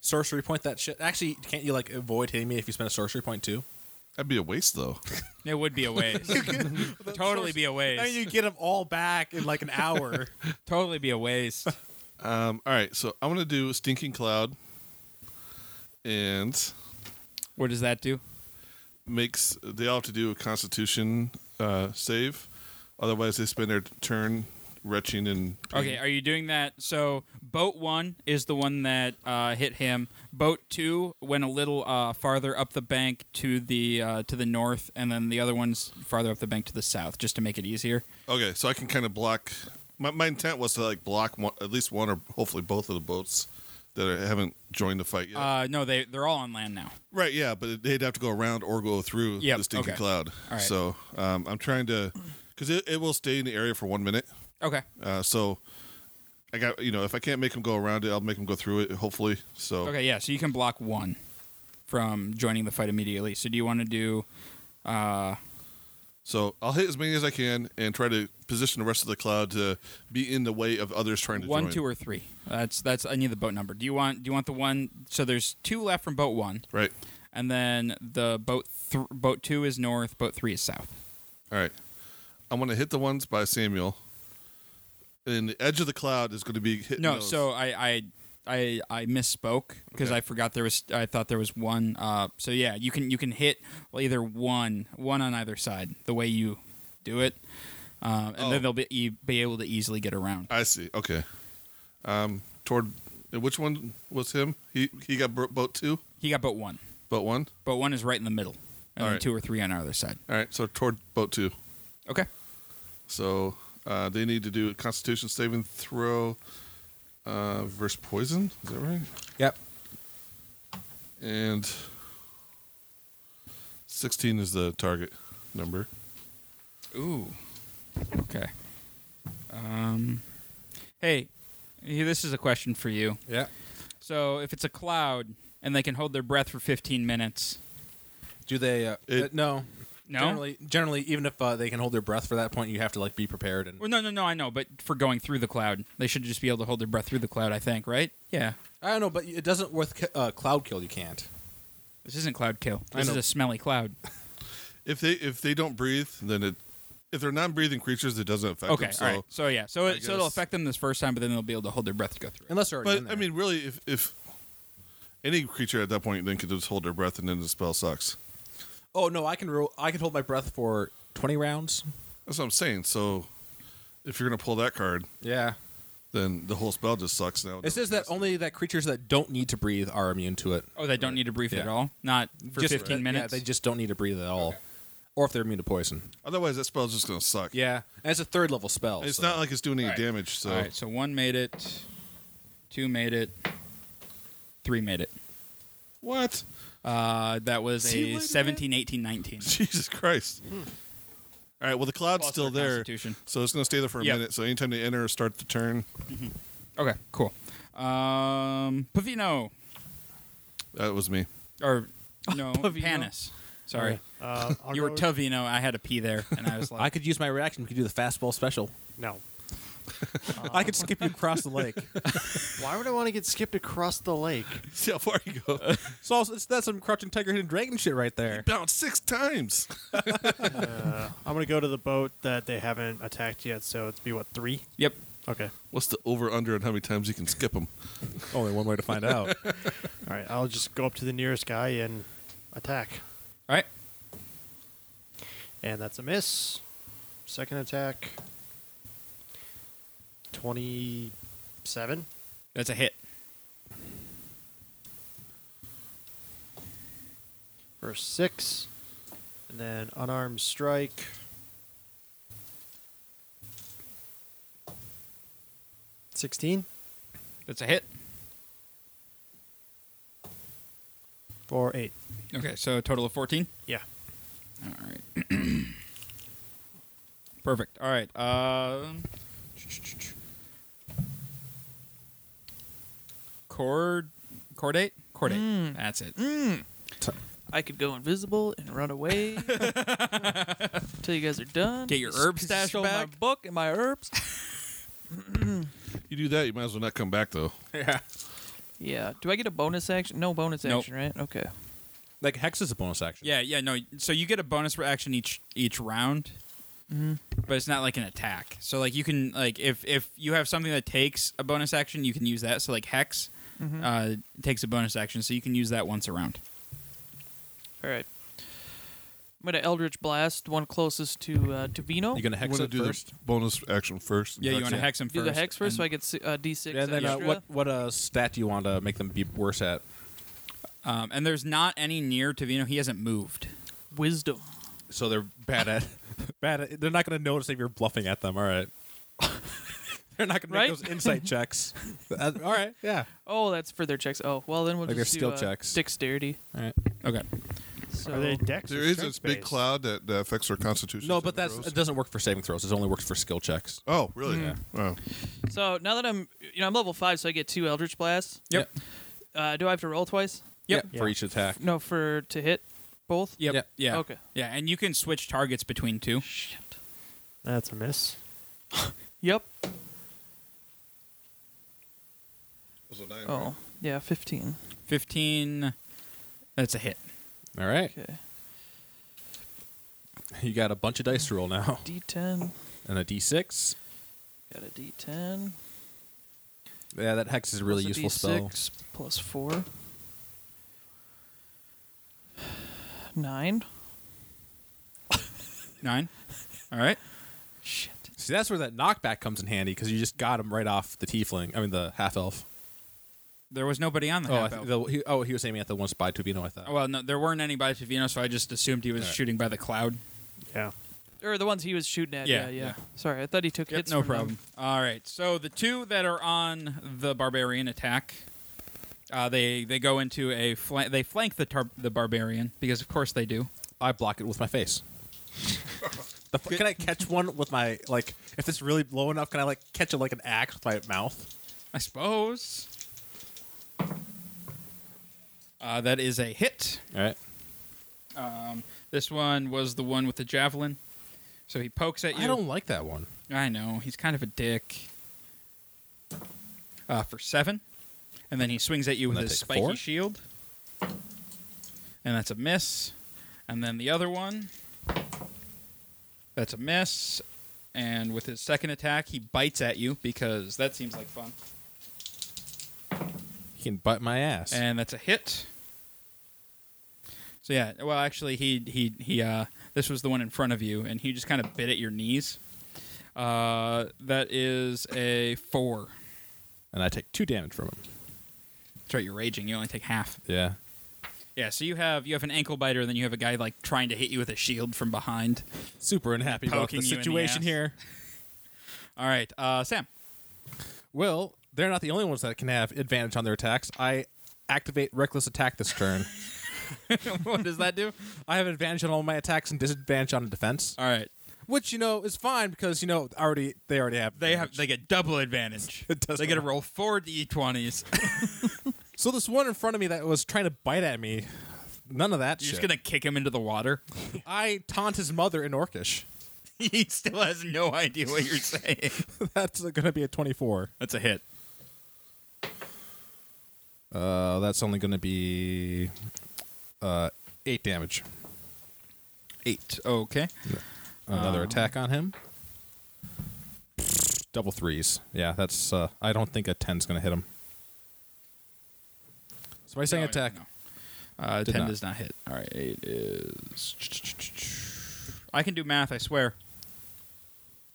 Speaker 4: Sorcery point that shit. Actually, can't you like avoid hitting me if you spend a sorcery point too?
Speaker 1: That'd be a waste, though.
Speaker 5: It would be a waste. totally be a waste.
Speaker 4: get them all back in like an hour.
Speaker 5: Totally be a waste.
Speaker 1: um, all right, so I'm going to do Stinking Cloud and
Speaker 5: What does that do?
Speaker 1: makes they all have to do a Constitution uh, save. Otherwise, they spend their turn retching and
Speaker 5: Okay, are you doing that? So boat one is the one that uh, hit him. Boat two went a little uh, farther up the bank to the uh, to the north, and then the other one's farther up the bank to the south, just to make it easier.
Speaker 1: Okay, so I can kind of block. My, my intent was to like block one, at least one or hopefully both of the boats that are, haven't joined the fight yet.
Speaker 5: Uh, no, they they're all on land now.
Speaker 1: right, yeah, but they'd have to go around or go through
Speaker 5: Yep,
Speaker 1: the stinking
Speaker 5: okay.
Speaker 1: cloud.
Speaker 5: All right.
Speaker 1: So um, I'm trying to, because it, it will stay in the area for one minute.
Speaker 5: Okay,
Speaker 1: Uh, so I got you know if I can't make them go around it, I'll make them go through it. Hopefully, so
Speaker 5: okay, yeah. So you can block one from joining the fight immediately. So do you want to do? Uh,
Speaker 1: so I'll hit as many as I can and try to position the rest of the cloud to be in the way of others trying to
Speaker 5: one,
Speaker 1: join.
Speaker 5: two, or three. That's that's. I need the boat number. Do you want? Do you want the one? So there's two left from boat one,
Speaker 1: right.
Speaker 5: and then the boat th- boat two is north, boat three is south.
Speaker 1: All right. I'm going to hit the ones by Samuel. And the edge of the cloud is going to be hitting
Speaker 5: No,
Speaker 1: those.
Speaker 5: so I I I, I misspoke because
Speaker 1: Okay.
Speaker 5: I forgot there was. I thought there was one. Uh, so yeah, you can you can hit either one one on either side the way you do it, um, and
Speaker 1: Oh.
Speaker 5: then they'll be you be able to easily get around.
Speaker 1: I see. Okay. Um, toward and which one was him? He he got bro- boat two,
Speaker 5: He got boat one.
Speaker 1: boat one.
Speaker 5: Boat one is right in the middle, and then
Speaker 1: Alright.
Speaker 5: two or three on either side.
Speaker 1: All right, so toward boat two.
Speaker 5: Okay.
Speaker 1: So uh, they need to do a Constitution saving throw uh, versus poison. Is that right?
Speaker 4: yep.
Speaker 1: And sixteen is the target number.
Speaker 5: Ooh. Okay. Um. Hey, here- this is a question for you.
Speaker 4: Yeah.
Speaker 5: So if it's a cloud and they can hold their breath for 15 minutes,
Speaker 4: Do they? Uh,
Speaker 1: It-
Speaker 4: uh, no.
Speaker 5: no.
Speaker 4: Generally, generally, even if uh, they can hold their breath for that point, you have to like be prepared and.
Speaker 5: Well, no, no, no. I know, but for going through the cloud, they should just be able to hold their breath through the cloud. I think, right? Yeah.
Speaker 4: I don't know, but it doesn't with ca- uh, cloud kill. You can't.
Speaker 5: This isn't cloud kill.
Speaker 4: I
Speaker 5: This is
Speaker 4: know.
Speaker 5: a smelly cloud.
Speaker 1: If they if they don't breathe, then it. If they're non-breathing creatures, it doesn't affect
Speaker 5: Okay.
Speaker 1: them. So
Speaker 5: all right. So yeah. So
Speaker 1: I
Speaker 5: it, so it'll
Speaker 1: guess-
Speaker 5: affect them this first time, but then they'll be able to hold their breath to go through. it.
Speaker 4: Unless they're already
Speaker 1: But
Speaker 4: in there.
Speaker 1: I mean, really, if if any creature at that point then could just hold their breath and then the spell sucks.
Speaker 4: oh no, I can roll. I can hold my breath for twenty rounds.
Speaker 1: That's what I'm saying. So if you're gonna pull that card,
Speaker 4: Yeah.
Speaker 1: then the whole spell just sucks now.
Speaker 4: It says that only that creatures that don't need to breathe are immune to it.
Speaker 5: Oh, they don't need to breathe
Speaker 4: Yeah.
Speaker 5: at all. Not for
Speaker 4: Just- uh,
Speaker 5: 15
Speaker 4: yeah,
Speaker 5: minutes.
Speaker 4: they just don't need to breathe at all, or if they're immune to poison.
Speaker 1: Otherwise, that spell's just gonna suck.
Speaker 4: Yeah, and it's a third level spell.
Speaker 1: And it's
Speaker 4: so-
Speaker 1: not like it's doing any
Speaker 5: All right.
Speaker 1: damage. So
Speaker 5: All right. So one made it. Two made it. Three made it.
Speaker 1: what?
Speaker 5: Uh, that was
Speaker 1: See you
Speaker 5: a
Speaker 1: later, man.
Speaker 5: 17, 18, 19.
Speaker 1: Jesus Christ! All right. Well, the cloud's
Speaker 5: Plus
Speaker 1: still
Speaker 5: their
Speaker 1: there,
Speaker 5: Hmm. constitution.
Speaker 1: so it's gonna stay there for a
Speaker 5: Yep.
Speaker 1: minute. So anytime they enter or start the turn,
Speaker 5: Okay. Cool. Um, Pavino
Speaker 1: that was me.
Speaker 5: or no
Speaker 2: Pavino.
Speaker 5: Panis. Sorry.
Speaker 3: Uh, I'll
Speaker 5: you were
Speaker 3: go-
Speaker 5: tough, you know. I had to pee there, and I was like,
Speaker 4: I could use my reaction. We could do the fastball special.
Speaker 3: No.
Speaker 4: I could skip you across the lake.
Speaker 3: Why would I want to get skipped across the lake?
Speaker 1: See how far you
Speaker 5: Uh,
Speaker 1: go.
Speaker 4: So it's, that's some crouching tiger, hidden dragon shit right there.
Speaker 1: Bounce six times.
Speaker 3: Uh, I'm gonna go to the boat that they haven't attacked yet. So it's be what three?
Speaker 5: "Yep,
Speaker 3: Okay.
Speaker 1: What's the over under on how many times you can skip them?
Speaker 4: Only one way to find out.
Speaker 3: All right. I'll just go up to the nearest guy and attack.
Speaker 5: all right."
Speaker 3: And that's a miss. Second attack. Twenty-seven.
Speaker 5: That's a hit.
Speaker 3: for six, and then unarmed strike. Sixteen
Speaker 5: That's a hit.
Speaker 3: for eight.
Speaker 5: Okay, so a total of fourteen.
Speaker 3: Yeah.
Speaker 5: All right. Perfect. All right. Um, cord, chordate, chordate.
Speaker 2: Mm.
Speaker 5: That's it.
Speaker 2: I could go invisible and run away until you guys are done.
Speaker 5: Get your
Speaker 2: S-
Speaker 5: herb stash
Speaker 2: steal My
Speaker 5: back.
Speaker 2: book and my herbs.
Speaker 1: You do that, you might as well not come back though.
Speaker 5: Yeah.
Speaker 2: Yeah. Do I get a bonus action? No bonus
Speaker 5: Nope.
Speaker 2: action, right? Okay.
Speaker 4: like hex is a bonus action.
Speaker 5: Yeah. Yeah. No. So you get a bonus reaction each each round, but it's not like an attack. So like you can like if if you have something that takes a bonus action, you can use that. So like hex uh, takes a bonus action, so you can use that once a round.
Speaker 2: All right. I'm gonna Eldritch Blast one closest to uh, to Vino.
Speaker 4: You gonna
Speaker 1: You
Speaker 4: hex
Speaker 1: want to
Speaker 4: it
Speaker 1: do
Speaker 4: first?
Speaker 1: the bonus action first.
Speaker 5: Yeah. You want to
Speaker 1: it.
Speaker 5: hex him
Speaker 2: do
Speaker 5: first.
Speaker 2: the hex first, so
Speaker 5: and-
Speaker 2: I get si- uh, D6
Speaker 4: and then uh,
Speaker 2: extra.
Speaker 4: what what uh, stat do you want to make them be worse at?
Speaker 5: Um, and there's not any near Tavino. He hasn't moved.
Speaker 2: Wisdom.
Speaker 4: So they're bad at bad. At, they're not going to notice if you're bluffing at them. All right. they're not going
Speaker 2: Right?
Speaker 4: to make those insight checks. Uh, all right. Yeah.
Speaker 2: Oh, that's for their checks. Oh, well then we'll
Speaker 4: Like their
Speaker 2: just do
Speaker 4: skill
Speaker 2: uh,
Speaker 4: checks.
Speaker 2: dexterity.
Speaker 4: All right.
Speaker 5: Okay.
Speaker 2: So
Speaker 3: Are they dex? or
Speaker 1: There is
Speaker 3: strength
Speaker 1: this big
Speaker 3: based?
Speaker 1: cloud that, that affects their constitution.
Speaker 4: No, but that's
Speaker 1: saving
Speaker 4: it
Speaker 1: throws.
Speaker 4: doesn't work for saving throws. It only works for skill checks.
Speaker 1: oh really?
Speaker 4: Yeah.
Speaker 1: Wow.
Speaker 2: So now that I'm, you know, I'm level five, so I get two Eldritch Blasts.
Speaker 5: Yep.
Speaker 2: Uh, do I have to roll twice?
Speaker 5: Yep.
Speaker 4: For each attack.
Speaker 2: No, for to hit both.
Speaker 5: Yep.
Speaker 4: Yep.
Speaker 5: Yeah.
Speaker 2: Okay.
Speaker 5: Yeah, and you can switch targets between two.
Speaker 2: Shit.
Speaker 3: That's a miss.
Speaker 2: Yep.
Speaker 1: Those are nine, right?
Speaker 2: Oh, yeah, fifteen.
Speaker 5: Fifteen. That's a hit.
Speaker 4: All right.
Speaker 2: Okay.
Speaker 4: You got a bunch of dice to roll now,
Speaker 2: D10.
Speaker 4: and a d6.
Speaker 2: Got a D10.
Speaker 4: Yeah, that hex is a really
Speaker 2: plus a
Speaker 4: useful spell.
Speaker 2: D6 Plus four. Nine.
Speaker 5: Nine. All right.
Speaker 2: Shit.
Speaker 4: See, that's where that knockback comes in handy because you just got him right off the tiefling. I mean, the half elf.
Speaker 5: There was nobody on the.
Speaker 4: Oh, I
Speaker 5: half
Speaker 4: th-
Speaker 5: elf.
Speaker 4: the, he, oh, he was aiming at the one spy Tubino. I thought.
Speaker 5: well, no, there weren't any by Tavino, so I just assumed he was
Speaker 4: All right.
Speaker 5: shooting by the cloud.
Speaker 3: Yeah.
Speaker 2: Or the ones he was shooting at. Yeah,
Speaker 5: Yeah,
Speaker 2: yeah.
Speaker 5: yeah.
Speaker 2: Sorry, I thought he took
Speaker 5: Yep,
Speaker 2: hits.
Speaker 5: no
Speaker 2: from them.
Speaker 5: problem. All right. So the two that are on the barbarian attack, uh, they they go into a flank. They flank the tar- the barbarian because of course they do.
Speaker 4: I block it with my face. the, f- can I catch one with my like? If it's really low enough, can I like catch it like an axe with my mouth?
Speaker 5: I suppose. Uh, that is a hit.
Speaker 4: All right.
Speaker 5: This one was the one with the javelin. So he pokes at you.
Speaker 4: I don't like that one.
Speaker 5: I know. He's kind of a dick. Uh, for seven. And then he swings at you
Speaker 4: And
Speaker 5: with
Speaker 4: I
Speaker 5: his
Speaker 4: take
Speaker 5: spiky
Speaker 4: four?
Speaker 5: shield. And that's a miss. And then the other one. That's a miss. And with his second attack, he bites at you because that seems like fun.
Speaker 4: He can bite my ass.
Speaker 5: and that's a hit. So yeah, well, actually, he he he. Uh, this was the one in front of you, and he just kind of bit at your knees. Uh, that is a four.
Speaker 4: And I take two damage from him.
Speaker 5: That's right. You're raging. You only take half.
Speaker 4: Yeah.
Speaker 5: Yeah. So you have you have an ankle biter, and then you have a guy like trying to hit you with a shield from behind.
Speaker 4: Super unhappy about
Speaker 5: Poking
Speaker 4: the
Speaker 5: you in the
Speaker 4: situation
Speaker 5: ass.
Speaker 4: here.
Speaker 5: All right, uh, Sam.
Speaker 4: Well, they're not the only ones that can have advantage on their attacks. I activate reckless attack this turn.
Speaker 5: what does that do?
Speaker 4: I have advantage on all my attacks and disadvantage on defense,
Speaker 5: All right.
Speaker 4: which you know is fine because you know already they already have.
Speaker 5: They have
Speaker 4: advantage.
Speaker 5: they get double advantage.
Speaker 4: It doesn't
Speaker 5: they get to roll four d20s.
Speaker 4: So this one in front of me that was trying to bite at me, none of that
Speaker 5: You're
Speaker 4: shit.
Speaker 5: just gonna kick him into the water.
Speaker 4: I taunt his mother in Orcish.
Speaker 5: he still has no idea what you're saying.
Speaker 4: That's going to be a 24.
Speaker 5: That's a hit.
Speaker 4: Uh, that's only going to be uh, 8 damage.
Speaker 5: Eight. Oh, Okay.
Speaker 4: Another attack on him. Double threes. Yeah, that's. Uh, I don't think a 10's going to hit him. Somebody saying
Speaker 5: No,
Speaker 4: attack.
Speaker 5: no, no. Uh,
Speaker 4: Did
Speaker 5: ten
Speaker 4: not.
Speaker 5: does not hit. All right. Eight is. I can do math. I swear.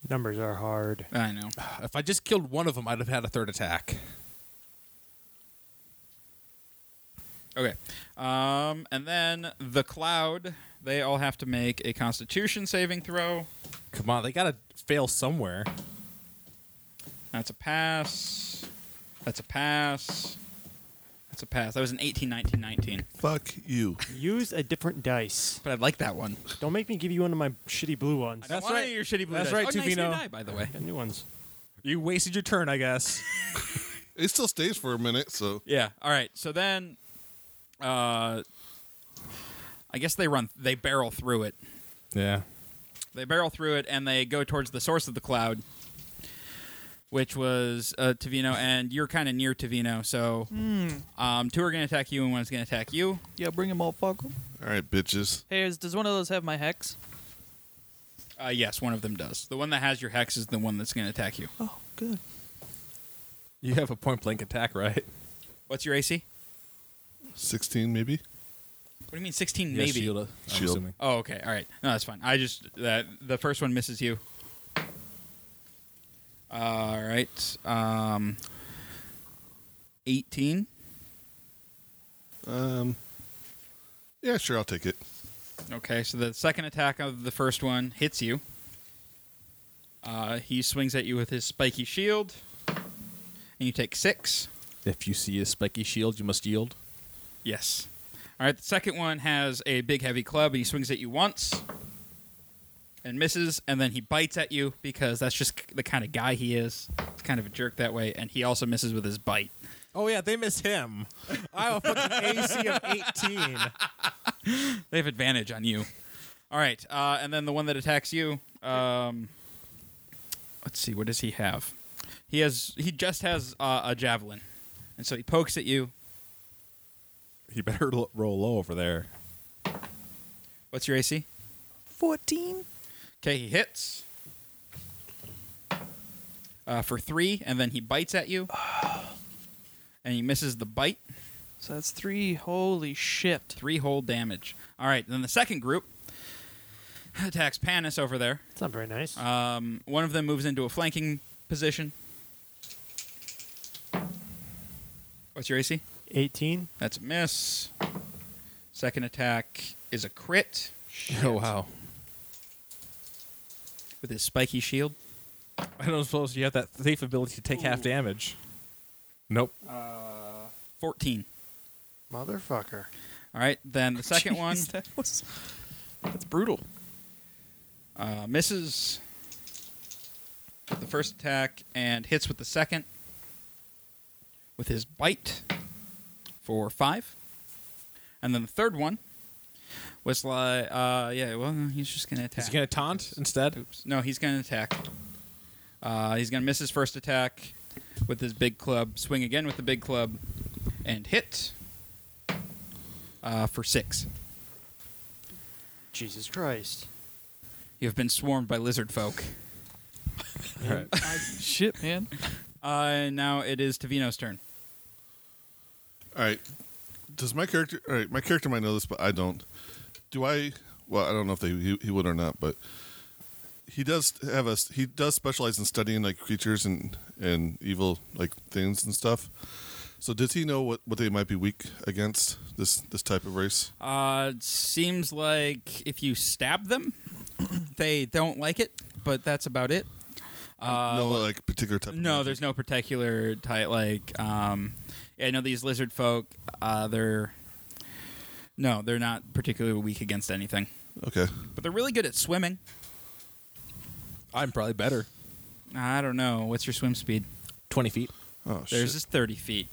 Speaker 3: Numbers are hard.
Speaker 5: I know.
Speaker 4: If I just killed one of them, I'd have had a third attack.
Speaker 5: Okay. Um, and then the cloud. They all have to make a Constitution saving throw.
Speaker 4: Come on, they got to fail somewhere.
Speaker 5: That's a pass. That's a pass. That's a pass. That was an 18, 19, 19.
Speaker 1: Fuck you.
Speaker 3: Use a different dice.
Speaker 5: But I like that one.
Speaker 3: Don't make me give you one of my shitty blue ones.
Speaker 5: I don't
Speaker 4: That's
Speaker 5: want
Speaker 4: right.
Speaker 5: any of Your shitty blue
Speaker 4: That's
Speaker 5: dice.
Speaker 4: right,
Speaker 5: oh, nice new
Speaker 4: Tuvino.
Speaker 5: die, by the way.
Speaker 3: Got new ones.
Speaker 4: You wasted your turn, I guess.
Speaker 1: It still stays for a minute, so
Speaker 5: Yeah. All right. So then, uh, I guess they run. They barrel through it.
Speaker 4: yeah.
Speaker 5: They barrel through it and they go towards the source of the cloud, which was uh, Tavino. And you're kind of near Tavino, so um, two are going to attack you and one's going to attack you.
Speaker 2: Yeah, bring him all, fuck him.
Speaker 1: all right, bitches.
Speaker 2: Hey, is, does one of those have my hex?
Speaker 5: Uh, yes, one of them does. The one that has your hex is the one that's going to attack you.
Speaker 2: Oh, good.
Speaker 4: You have a point blank attack, right?
Speaker 5: What's your AC?
Speaker 1: Sixteen, maybe.
Speaker 5: What do you mean, 16? Maybe.
Speaker 4: Shield. I'm
Speaker 1: Shield.
Speaker 4: assuming.
Speaker 5: Oh, okay. All right. No, that's fine. I just that the first one misses you. All right. Um, eighteen.
Speaker 1: Um, yeah, sure, I'll take it.
Speaker 5: Okay, so the second attack of the first one hits you. Uh, he swings at you with his spiky shield, and you take six.
Speaker 4: If you see a spiky shield, you must yield.
Speaker 5: Yes. All right. The second one has a big heavy club, and he swings at you once. And misses, and then he bites at you because that's just the kind of guy he is. He's kind of a jerk that way, and he also misses with his bite.
Speaker 4: Oh yeah, they miss him. I have a fucking AC of eighteen.
Speaker 5: They have advantage on you. All right, uh, and then the one that attacks you. Um, let's see, what does he have? He has. He just has uh, a javelin, and so he pokes at you.
Speaker 4: He better l- roll low over there.
Speaker 5: What's your AC?
Speaker 2: 14?
Speaker 5: Okay, he hits uh, for three, and then he bites at you, and he misses the bite.
Speaker 2: So that's three. Holy shit.
Speaker 5: Three whole damage. All right, then the second group attacks Panis over there.
Speaker 3: It's not very nice.
Speaker 5: Um, one of them moves into a flanking position. What's your AC?
Speaker 3: 18.
Speaker 5: That's a miss. Second attack is a crit
Speaker 4: Oh wow!
Speaker 5: with his spiky shield.
Speaker 4: I don't suppose you have that safe ability to take half damage. Nope.
Speaker 5: 14.
Speaker 3: Motherfucker.
Speaker 5: All right, then
Speaker 4: Oh,
Speaker 5: the second
Speaker 2: Jeez,
Speaker 5: one
Speaker 2: That was, that's brutal.
Speaker 5: uh, misses with the first attack and hits with the second with his bite for five. And then the third one was like, uh, yeah, well, he's just going to attack.
Speaker 4: Is he gonna taunt instead?
Speaker 5: Oops. No, he's going to attack. Uh, he's going to miss his first attack with his big club. Swing again with the big club and hit uh, for six.
Speaker 3: Jesus Christ.
Speaker 5: You have been swarmed by lizard folk.
Speaker 4: All right.
Speaker 2: shit, man.
Speaker 5: Uh, now it is Tavino's turn.
Speaker 1: All right. Does my character? All right, my character might know this, but I don't. Do I? Well, I don't know if they he, he would or not, but he does have a he does specialize in studying like creatures and and evil like things and stuff. So does he know what what they might be weak against this this type of race?
Speaker 5: Uh, it seems like if you stab them, they don't like it, but that's about it. Uh,
Speaker 1: no, like particular type.
Speaker 5: No,
Speaker 1: of
Speaker 5: there's no particular type. Like, um, I know these lizard folk. Uh, they're no, they're not particularly weak against anything,
Speaker 1: Okay.
Speaker 5: but they're really good at swimming.
Speaker 4: I'm probably better.
Speaker 5: I don't know what's your swim speed.
Speaker 4: Twenty feet.
Speaker 1: Oh
Speaker 5: Theirs
Speaker 1: shit.
Speaker 5: is 30 feet,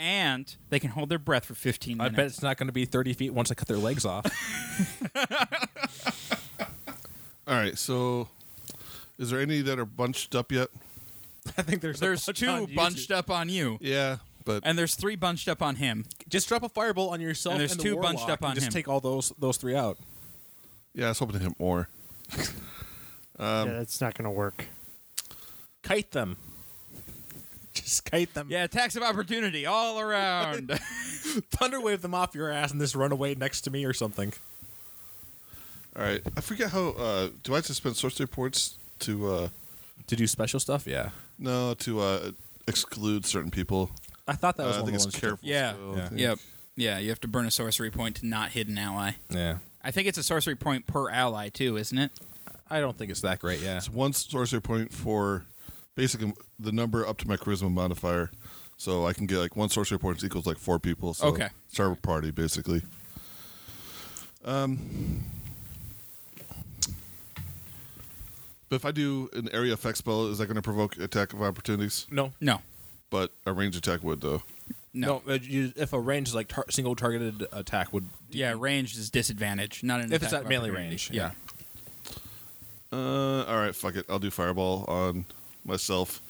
Speaker 5: and they can hold their breath for 15
Speaker 4: I
Speaker 5: minutes.
Speaker 4: bet it's not going to be 30 feet once I cut their legs off.
Speaker 1: All right, so is there any that are bunched up yet?
Speaker 4: I think there's
Speaker 5: There's two bunched up on you,
Speaker 1: Yeah, but
Speaker 5: and there's three bunched up on him.
Speaker 4: Just drop a fireball on yourself.
Speaker 5: And there's
Speaker 4: the
Speaker 5: two bunched
Speaker 4: warlock
Speaker 5: up
Speaker 4: and
Speaker 5: on
Speaker 4: Just
Speaker 5: him.
Speaker 4: take all those those three out.
Speaker 1: yeah, I was hoping to hit more.
Speaker 5: Um,
Speaker 3: yeah, it's not going to work.
Speaker 4: Kite them. Just kite them.
Speaker 5: Yeah, attacks of opportunity all around.
Speaker 4: thunderwave them off your ass and just run away next to me or something.
Speaker 1: All right, I forget how. Uh, do I have to spend sorcery points to? Uh,
Speaker 4: To do special stuff, yeah.
Speaker 1: no, to uh, exclude certain people.
Speaker 4: I thought that was
Speaker 1: Uh, I
Speaker 4: one
Speaker 1: think
Speaker 4: of
Speaker 1: it's
Speaker 4: the ones.
Speaker 1: careful.
Speaker 5: yeah.
Speaker 1: skill, I
Speaker 4: Yeah.
Speaker 1: think.
Speaker 5: yep. Yeah, you have to burn a sorcery point to not hit an ally.
Speaker 4: Yeah,
Speaker 5: I think it's a sorcery point per ally too, isn't it?
Speaker 4: I don't think it's that great. Yeah,
Speaker 1: It's one sorcery point for basically the number up to my charisma modifier. So I can get like one sorcery point equals like four people. So
Speaker 5: Okay.
Speaker 1: Start a party basically. Um, but if I do an area effect spell, is that going to provoke attack of opportunities?
Speaker 4: no,
Speaker 5: No.
Speaker 1: But a range attack would though.
Speaker 5: No.
Speaker 4: uh, you- if a range like tar- single targeted attack would,
Speaker 5: Yeah, range is disadvantage, not an
Speaker 4: if it's
Speaker 5: attack
Speaker 4: at
Speaker 5: of
Speaker 4: melee
Speaker 5: opportunity.
Speaker 4: range,
Speaker 5: Yeah.
Speaker 4: yeah.
Speaker 1: Uh, all right, fuck it. I'll do fireball on myself,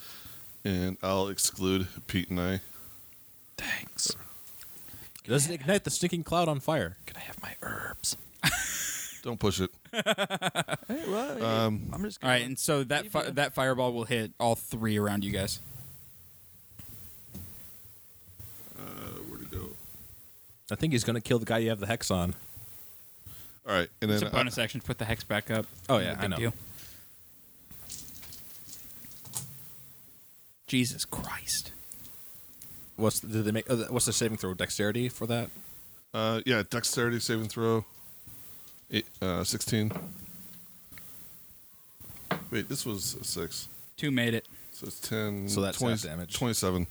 Speaker 1: and I'll exclude Pete and I.
Speaker 2: Thanks.
Speaker 4: does it ignite the stinking cloud on fire?
Speaker 2: Can I have my herbs?
Speaker 1: Don't push it.
Speaker 2: Hey, well,
Speaker 1: Um,
Speaker 2: I'm just
Speaker 5: All
Speaker 2: gonna,
Speaker 5: right, and so that fi- that fireball will hit all three around you guys.
Speaker 1: Uh, where to go?
Speaker 4: I think he's gonna kill the guy you have the hex on.
Speaker 1: All right, and then
Speaker 5: It's a
Speaker 1: I-
Speaker 5: bonus action. Put the hex back up.
Speaker 4: Oh, yeah,
Speaker 5: No
Speaker 4: I
Speaker 5: big
Speaker 4: know.
Speaker 5: deal. Jesus Christ!
Speaker 4: What's did they make? Uh, what's the saving throw? Dexterity for that?
Speaker 1: Uh, yeah, dexterity saving throw. Eight, uh, 16. Wait, this was a 6.
Speaker 5: Two made it.
Speaker 1: So it's 10.
Speaker 4: So that's
Speaker 1: 20
Speaker 4: half damage.
Speaker 1: 27.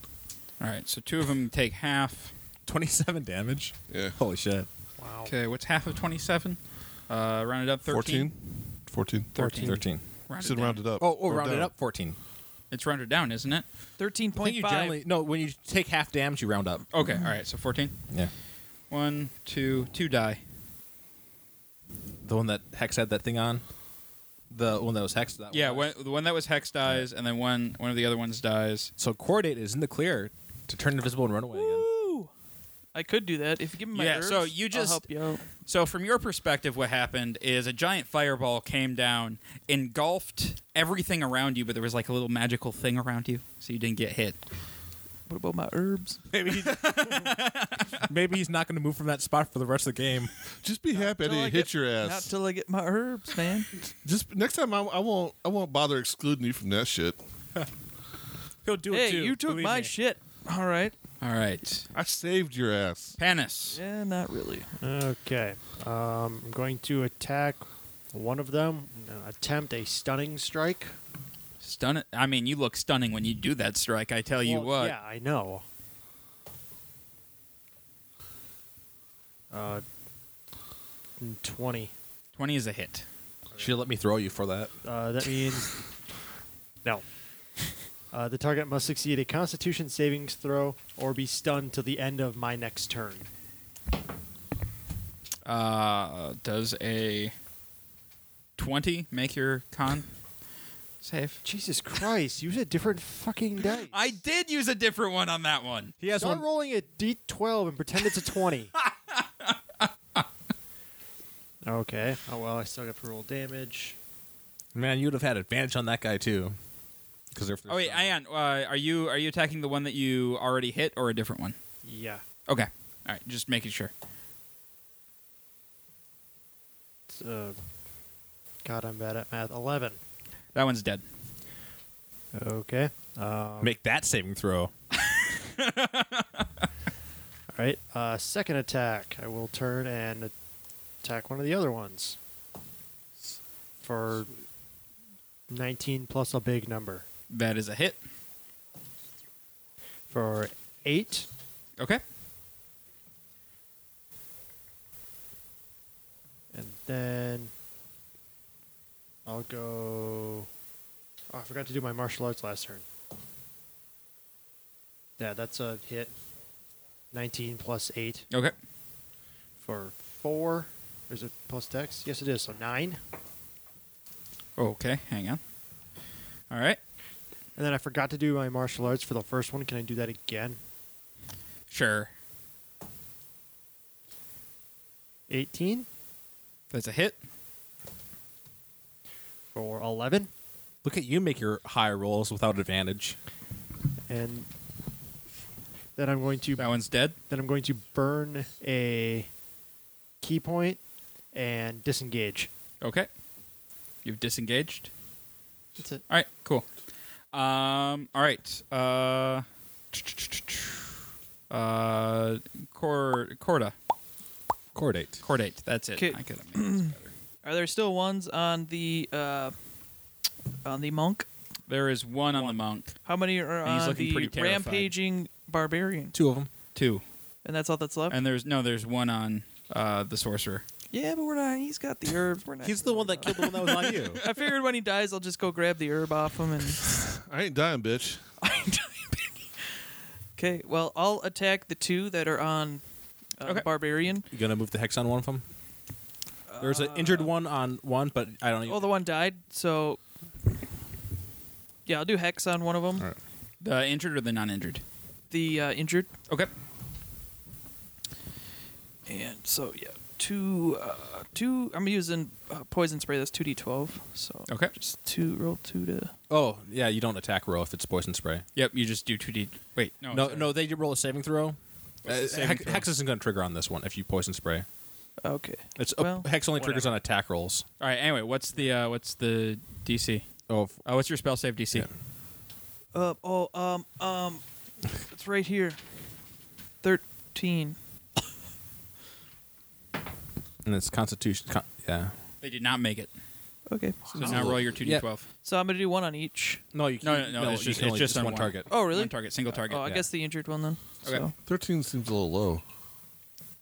Speaker 5: All right, so two of them take half.
Speaker 4: Twenty-seven damage.
Speaker 1: Yeah.
Speaker 4: Holy shit!
Speaker 3: Wow.
Speaker 5: Okay, what's half of twenty-seven? Uh, round it up. 13?
Speaker 1: 14? 14.
Speaker 5: Thirteen.
Speaker 4: Thirteen.
Speaker 5: Round it
Speaker 1: Should
Speaker 5: down.
Speaker 1: round it up.
Speaker 4: Oh, oh,
Speaker 1: Or
Speaker 4: round it
Speaker 1: down.
Speaker 4: up. Fourteen.
Speaker 5: It's rounded down, isn't it?
Speaker 2: thirteen
Speaker 4: I think
Speaker 2: point
Speaker 4: you
Speaker 2: five.
Speaker 4: generally no. When you take half damage, you round up.
Speaker 5: Okay. All right. So fourteen.
Speaker 4: Yeah.
Speaker 5: One, two, two die.
Speaker 4: The one that Hex had that thing on? The one that was Hex? That
Speaker 5: Yeah,
Speaker 4: one?
Speaker 5: one, the one that was hex dies, and then one one of the other ones dies.
Speaker 4: So Chordate is in the clear to turn invisible and run away again.
Speaker 2: Woo! I could do that if you give me my
Speaker 5: Yeah,
Speaker 2: herbs.
Speaker 5: so you
Speaker 2: I'll
Speaker 5: just-
Speaker 2: help you out.
Speaker 5: So, from your perspective, what happened is a giant fireball came down, engulfed everything around you, but there was like a little magical thing around you, so you didn't get hit.
Speaker 2: What about my herbs?
Speaker 4: Maybe he's, maybe he's not going to move from that spot for the rest of the game.
Speaker 1: Just be happy I
Speaker 2: Till I
Speaker 1: didn't hit
Speaker 2: get-
Speaker 1: your
Speaker 2: Not
Speaker 1: ass.
Speaker 2: till I get my herbs, man.
Speaker 1: Just next time I, I won't I won't bother excluding you from that shit.
Speaker 4: He'll do
Speaker 2: hey, you took my shit. All right.
Speaker 5: All right,
Speaker 1: I saved your ass.
Speaker 5: Panis.
Speaker 2: Yeah, not really.
Speaker 3: Okay. Um, I'm going to attack one of them. uh, Attempt a stunning strike.
Speaker 5: Stun. I mean, you look stunning when you do that strike. I tell you
Speaker 3: Well,
Speaker 5: what.
Speaker 3: Yeah, I know. Uh, twenty.
Speaker 5: Twenty is a hit.
Speaker 4: She'll let me throw you for that.
Speaker 3: Uh, that means no. Uh, the target must succeed a Constitution savings throw or be stunned till the end of my next turn.
Speaker 5: Uh, does a twenty make your con save?
Speaker 3: Jesus Christ! Use a different fucking dice.
Speaker 5: I did use a different one on that one.
Speaker 4: He has
Speaker 3: Start
Speaker 4: one.
Speaker 3: rolling a d12 and pretend it's a 20. okay. Oh, well, I still got to roll damage.
Speaker 4: Man, you would have had advantage on that guy too. Because they're.
Speaker 5: Oh wait, Ian, uh, are you are you attacking the one that you already hit or a different one?
Speaker 3: Yeah.
Speaker 5: Okay, all right, just making sure.
Speaker 3: It's, uh, God, I'm bad at math. 11.
Speaker 5: That one's dead.
Speaker 3: Okay. Um,
Speaker 4: make that saving throw.
Speaker 3: all right. Uh, second attack. I will turn and attack one of the other ones. For 19 plus a big number.
Speaker 5: That is a hit.
Speaker 3: For 8.
Speaker 5: Okay.
Speaker 3: And then I'll go. Oh, I forgot to do my martial arts last turn. Yeah, that's a hit. 19 plus 8
Speaker 5: Okay.
Speaker 3: for 4. Or is it plus dex? Yes, it is. So 9.
Speaker 5: Okay. Hang on. All right.
Speaker 3: And then I forgot to do my martial arts for the first one. Can I do that again?
Speaker 5: Sure.
Speaker 3: 18
Speaker 5: That's a hit.
Speaker 3: for 11.
Speaker 4: Look at you make your high rolls without advantage.
Speaker 3: And then I'm going to
Speaker 5: That one's dead.
Speaker 3: then I'm going to burn a key point and disengage.
Speaker 5: Okay. You've disengaged.
Speaker 3: That's it.
Speaker 5: All right. Cool. Um. All right. Uh. Uh. Cor. Corda.
Speaker 4: Chordate.
Speaker 5: Cordate. That's it.
Speaker 2: Okay.
Speaker 5: I could have made this better.
Speaker 2: Are there still ones on the uh, on the monk?
Speaker 5: There is one on the monk.
Speaker 2: How many are
Speaker 5: And he's
Speaker 2: on
Speaker 5: looking
Speaker 2: the
Speaker 5: pretty terrified.
Speaker 2: rampaging barbarian?
Speaker 4: Two of them.
Speaker 5: Two.
Speaker 2: And that's all that's left.
Speaker 5: And there's no. There's one on uh the sorcerer.
Speaker 2: yeah, but we're not. He's got the herb. We're not.
Speaker 4: He's the one that killed the one that was on you.
Speaker 2: I figured when he dies, I'll just go grab the herb off him and.
Speaker 1: I ain't dying, bitch.
Speaker 2: Okay, well, I'll attack the two that are on uh,
Speaker 5: Okay.
Speaker 2: Barbarian.
Speaker 4: You gonna move the hex on one of them? There's an injured one on one, but I don't.
Speaker 2: Uh, Oh, the one died, so. Yeah, I'll do Hex on one of them.
Speaker 1: All right.
Speaker 5: The injured or the non-injured.
Speaker 2: The uh, injured.
Speaker 5: Okay.
Speaker 2: And so, yeah, two. Uh, two. I'm using uh, Poison Spray, that's 2d12. So.
Speaker 5: Okay.
Speaker 2: Just two, roll two to.
Speaker 4: Oh, yeah. You don't attack roll if it's poison spray.
Speaker 5: Yep. You just do two d. Wait. No.
Speaker 4: no,
Speaker 5: sorry.
Speaker 4: no. They roll a saving throw.
Speaker 5: What's the
Speaker 4: Uh,
Speaker 5: saving
Speaker 4: hex,
Speaker 5: throw?
Speaker 4: hex isn't gonna trigger on this one if you poison spray.
Speaker 2: Okay.
Speaker 4: It's
Speaker 2: Well,
Speaker 4: uh, hex only triggers
Speaker 5: whatever.
Speaker 4: on attack rolls.
Speaker 5: All right. Anyway, what's the uh what's the DC?
Speaker 4: Oh, f-
Speaker 5: Uh, what's your spell save DC?
Speaker 4: Yeah.
Speaker 2: Uh, oh, um, um. It's right here. 13.
Speaker 4: and it's Constitution. Con- yeah.
Speaker 5: They did not make it.
Speaker 2: Okay.
Speaker 5: So now roll your two d twelve.
Speaker 2: So I'm going to do one on each.
Speaker 4: No, you
Speaker 5: No,
Speaker 4: can't-
Speaker 5: no, no, it's
Speaker 4: you
Speaker 5: just-
Speaker 4: can
Speaker 5: it's
Speaker 4: only
Speaker 5: just on
Speaker 4: one,
Speaker 5: one.
Speaker 4: target.
Speaker 2: Oh, really?
Speaker 5: One target, single target.
Speaker 2: Oh, I
Speaker 4: yeah.
Speaker 2: guess the injured one then.
Speaker 5: Okay.
Speaker 2: So.
Speaker 1: Thirteen seems a little low.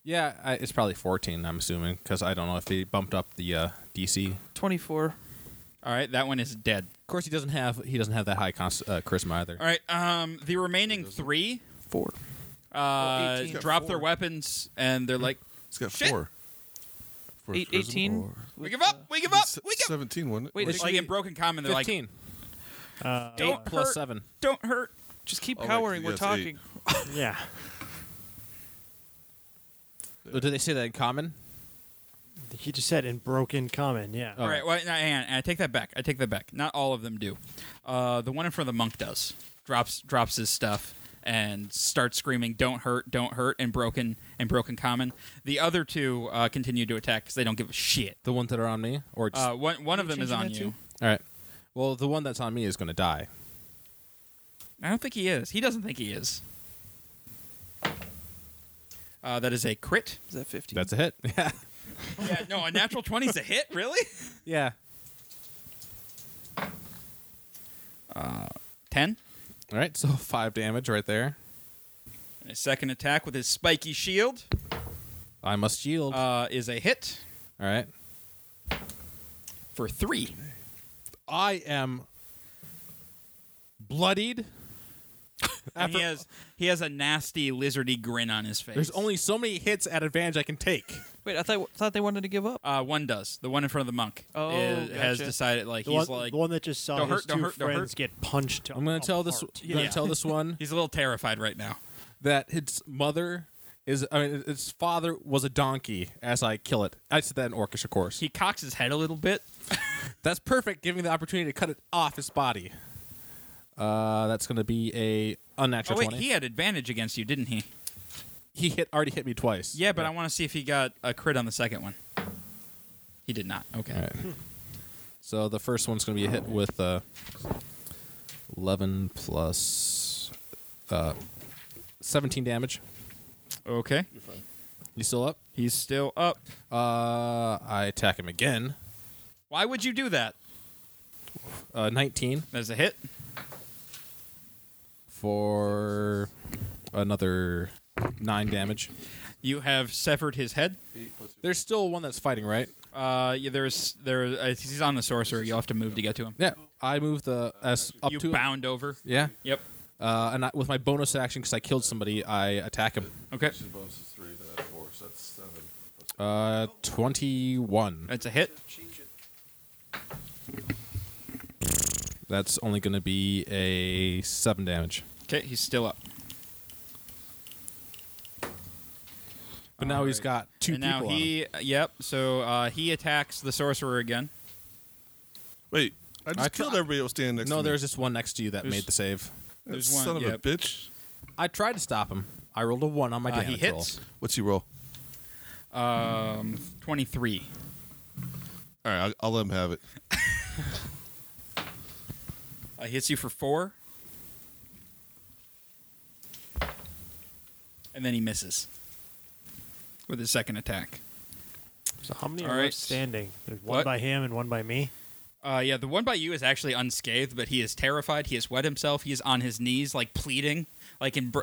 Speaker 4: Yeah, I, it's probably 14. I'm assuming because I don't know if they bumped up the uh, DC. Of
Speaker 2: 24.
Speaker 5: All right, that one is dead.
Speaker 4: course, he doesn't have he doesn't have that high cons- uh, charisma either.
Speaker 5: All right, um, the remaining three
Speaker 2: Four. Oh,
Speaker 5: uh,
Speaker 2: 18.
Speaker 5: drop
Speaker 1: Got
Speaker 5: their
Speaker 1: four.
Speaker 5: weapons and they're like,
Speaker 1: It's got
Speaker 5: Shit.
Speaker 1: four. For
Speaker 2: Eight,
Speaker 1: charisma
Speaker 2: 18.
Speaker 1: or-
Speaker 5: "We
Speaker 2: with,
Speaker 5: give
Speaker 2: uh,
Speaker 5: up, we give up,
Speaker 1: Se-
Speaker 5: we give up."
Speaker 1: Seventeen, wasn't it?
Speaker 2: Wait,
Speaker 5: It's like in broken common, they're
Speaker 4: 15
Speaker 5: like,
Speaker 3: Uh,
Speaker 5: Don't
Speaker 4: Eight plus
Speaker 5: hurt.
Speaker 4: seven.
Speaker 5: "Don't hurt."
Speaker 2: just keep
Speaker 1: Oh, wait,
Speaker 2: cowering. We're
Speaker 1: yes,
Speaker 2: talking.
Speaker 1: eight.
Speaker 3: yeah.
Speaker 4: Oh, Do they say that in common?
Speaker 3: He just said in broken common. Yeah.
Speaker 5: All right, well, no, hang on. I take that back. I take that back. Not all of them do. Uh, the one in front of the monk does. Drops drops his stuff and starts screaming, "Don't hurt! Don't hurt!" and broken and broken common. The other two uh, continue to attack because they don't give a shit.
Speaker 4: The ones that are on me, or just,
Speaker 5: Uh, one one of them is
Speaker 2: changing
Speaker 5: on
Speaker 2: that
Speaker 5: you.
Speaker 2: too?
Speaker 4: all right. Well, the one that's on me is going to die.
Speaker 5: I don't think he is. He doesn't think he is. Uh, that is a crit.
Speaker 2: Is that 15?
Speaker 4: That's a hit. Yeah.
Speaker 5: yeah, no, a natural 20 is a hit, really?
Speaker 4: yeah.
Speaker 5: 10.
Speaker 4: All right. So five damage right there.
Speaker 5: And his second attack with his spiky shield
Speaker 4: I must yield.
Speaker 5: uh, is a hit
Speaker 4: all right.
Speaker 5: for three.
Speaker 4: I am bloodied.
Speaker 5: And he
Speaker 4: After-
Speaker 5: has he has a nasty lizardy grin on his face.
Speaker 4: There's only so many hits at advantage I can take.
Speaker 2: Wait, I thought thought they wanted to give up.
Speaker 5: uh, one does the one in front of the monk
Speaker 2: Oh,
Speaker 5: is- has
Speaker 2: gotcha.
Speaker 5: decided like
Speaker 3: The
Speaker 5: he's
Speaker 3: one,
Speaker 5: like
Speaker 3: the one that just saw
Speaker 5: Don't
Speaker 3: his
Speaker 5: hurt, don't
Speaker 3: two
Speaker 5: hurt, don't hurt.
Speaker 3: friends get punched.
Speaker 4: I'm going to tell this.
Speaker 3: apart.
Speaker 4: I'm going
Speaker 5: Yeah.
Speaker 4: to tell this one
Speaker 5: he's a little terrified right now.
Speaker 4: that its mother is. I mean, its father was a donkey. As I kill it, I said that in orcish, of course.
Speaker 5: He cocks his head a little bit.
Speaker 4: That's perfect, giving the opportunity to cut it off its body. Uh, that's going to be a
Speaker 5: Oh
Speaker 4: unnatural
Speaker 5: wait,
Speaker 4: 20.
Speaker 5: he had advantage against you, didn't he?
Speaker 4: He hit already hit me twice.
Speaker 5: Yeah, but I want to see if he got a crit on the second one. He did not. Okay.
Speaker 4: All right. So the first one's going to be a hit with uh, 11 plus uh, 17 damage.
Speaker 5: Okay.
Speaker 4: You still up?
Speaker 5: He's still up.
Speaker 4: Uh, I attack him again.
Speaker 5: Why would you do that?
Speaker 4: Uh, 19
Speaker 5: There's a hit.
Speaker 4: for another 9 damage.
Speaker 5: You have severed his head.
Speaker 4: There's still one that's fighting, right?
Speaker 5: Uh, yeah, there's there. Uh, he's on the sorcerer. You'll have to move to get to him.
Speaker 4: Yeah. I move the S up
Speaker 5: you
Speaker 4: to him.
Speaker 5: bound over.
Speaker 4: Yeah.
Speaker 5: Yep.
Speaker 4: Uh, and I, with my bonus action, because I killed somebody, I attack him.
Speaker 5: Okay,
Speaker 1: She's bonus is three to that four, so that's seven.
Speaker 4: Uh, 21.
Speaker 5: that's a hit.
Speaker 4: That's only going to be a 7 damage.
Speaker 5: Okay, he's still up.
Speaker 4: But now he's
Speaker 5: Alright.
Speaker 4: got two
Speaker 5: and
Speaker 4: people
Speaker 5: now
Speaker 4: on him.
Speaker 5: he, yep. So uh, he attacks the sorcerer again.
Speaker 1: Wait, I just
Speaker 4: I
Speaker 1: killed
Speaker 4: try-
Speaker 1: everybody that was standing next to
Speaker 4: No,
Speaker 1: me.
Speaker 4: there's just one next to you that
Speaker 5: There's-
Speaker 4: made the save.
Speaker 5: there's
Speaker 1: Son
Speaker 5: one,
Speaker 1: of
Speaker 5: yep.
Speaker 1: a bitch.
Speaker 4: I tried to stop him. I rolled a 1 on my
Speaker 5: Uh,
Speaker 4: damage
Speaker 5: he
Speaker 4: roll.
Speaker 5: hits
Speaker 1: What's he roll?
Speaker 5: um, twenty three.
Speaker 1: All right, I'll, I'll let him have it.
Speaker 5: Uh, hits you for four, and then he misses with his second attack.
Speaker 3: So how many
Speaker 5: All
Speaker 3: are
Speaker 5: right.
Speaker 3: left standing? There's one
Speaker 5: What?
Speaker 3: by him and one by me.
Speaker 5: Uh, yeah, the one by you is actually unscathed, but he is terrified. He has wet himself. He is on his knees, like pleading, like in. Br-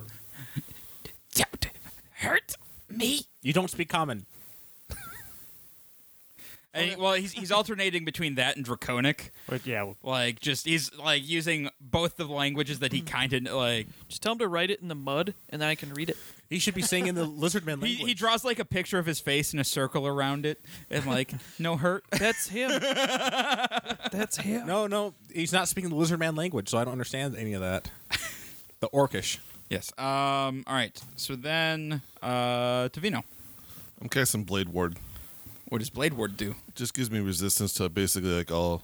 Speaker 5: Don't hurt me.
Speaker 4: You don't speak common.
Speaker 5: And he- well, he's he's alternating between that and draconic,
Speaker 3: But yeah, well,
Speaker 5: like just he's like using both the languages that he kind of like.
Speaker 2: Just tell him to write it in the mud, and then I can read it.
Speaker 4: He should be singing the lizardman
Speaker 5: He,
Speaker 4: language.
Speaker 5: he draws like a picture of his face in a circle around it, and like no hurt.
Speaker 2: That's him. That's him.
Speaker 4: no, no, he's not speaking the lizardman language, so I don't understand any of that. the orcish.
Speaker 5: Yes. Um. All right. So then, uh, Tavino,
Speaker 1: I'm casting Blade Ward.
Speaker 5: what does Blade Ward do?
Speaker 1: Just gives me resistance to basically like all.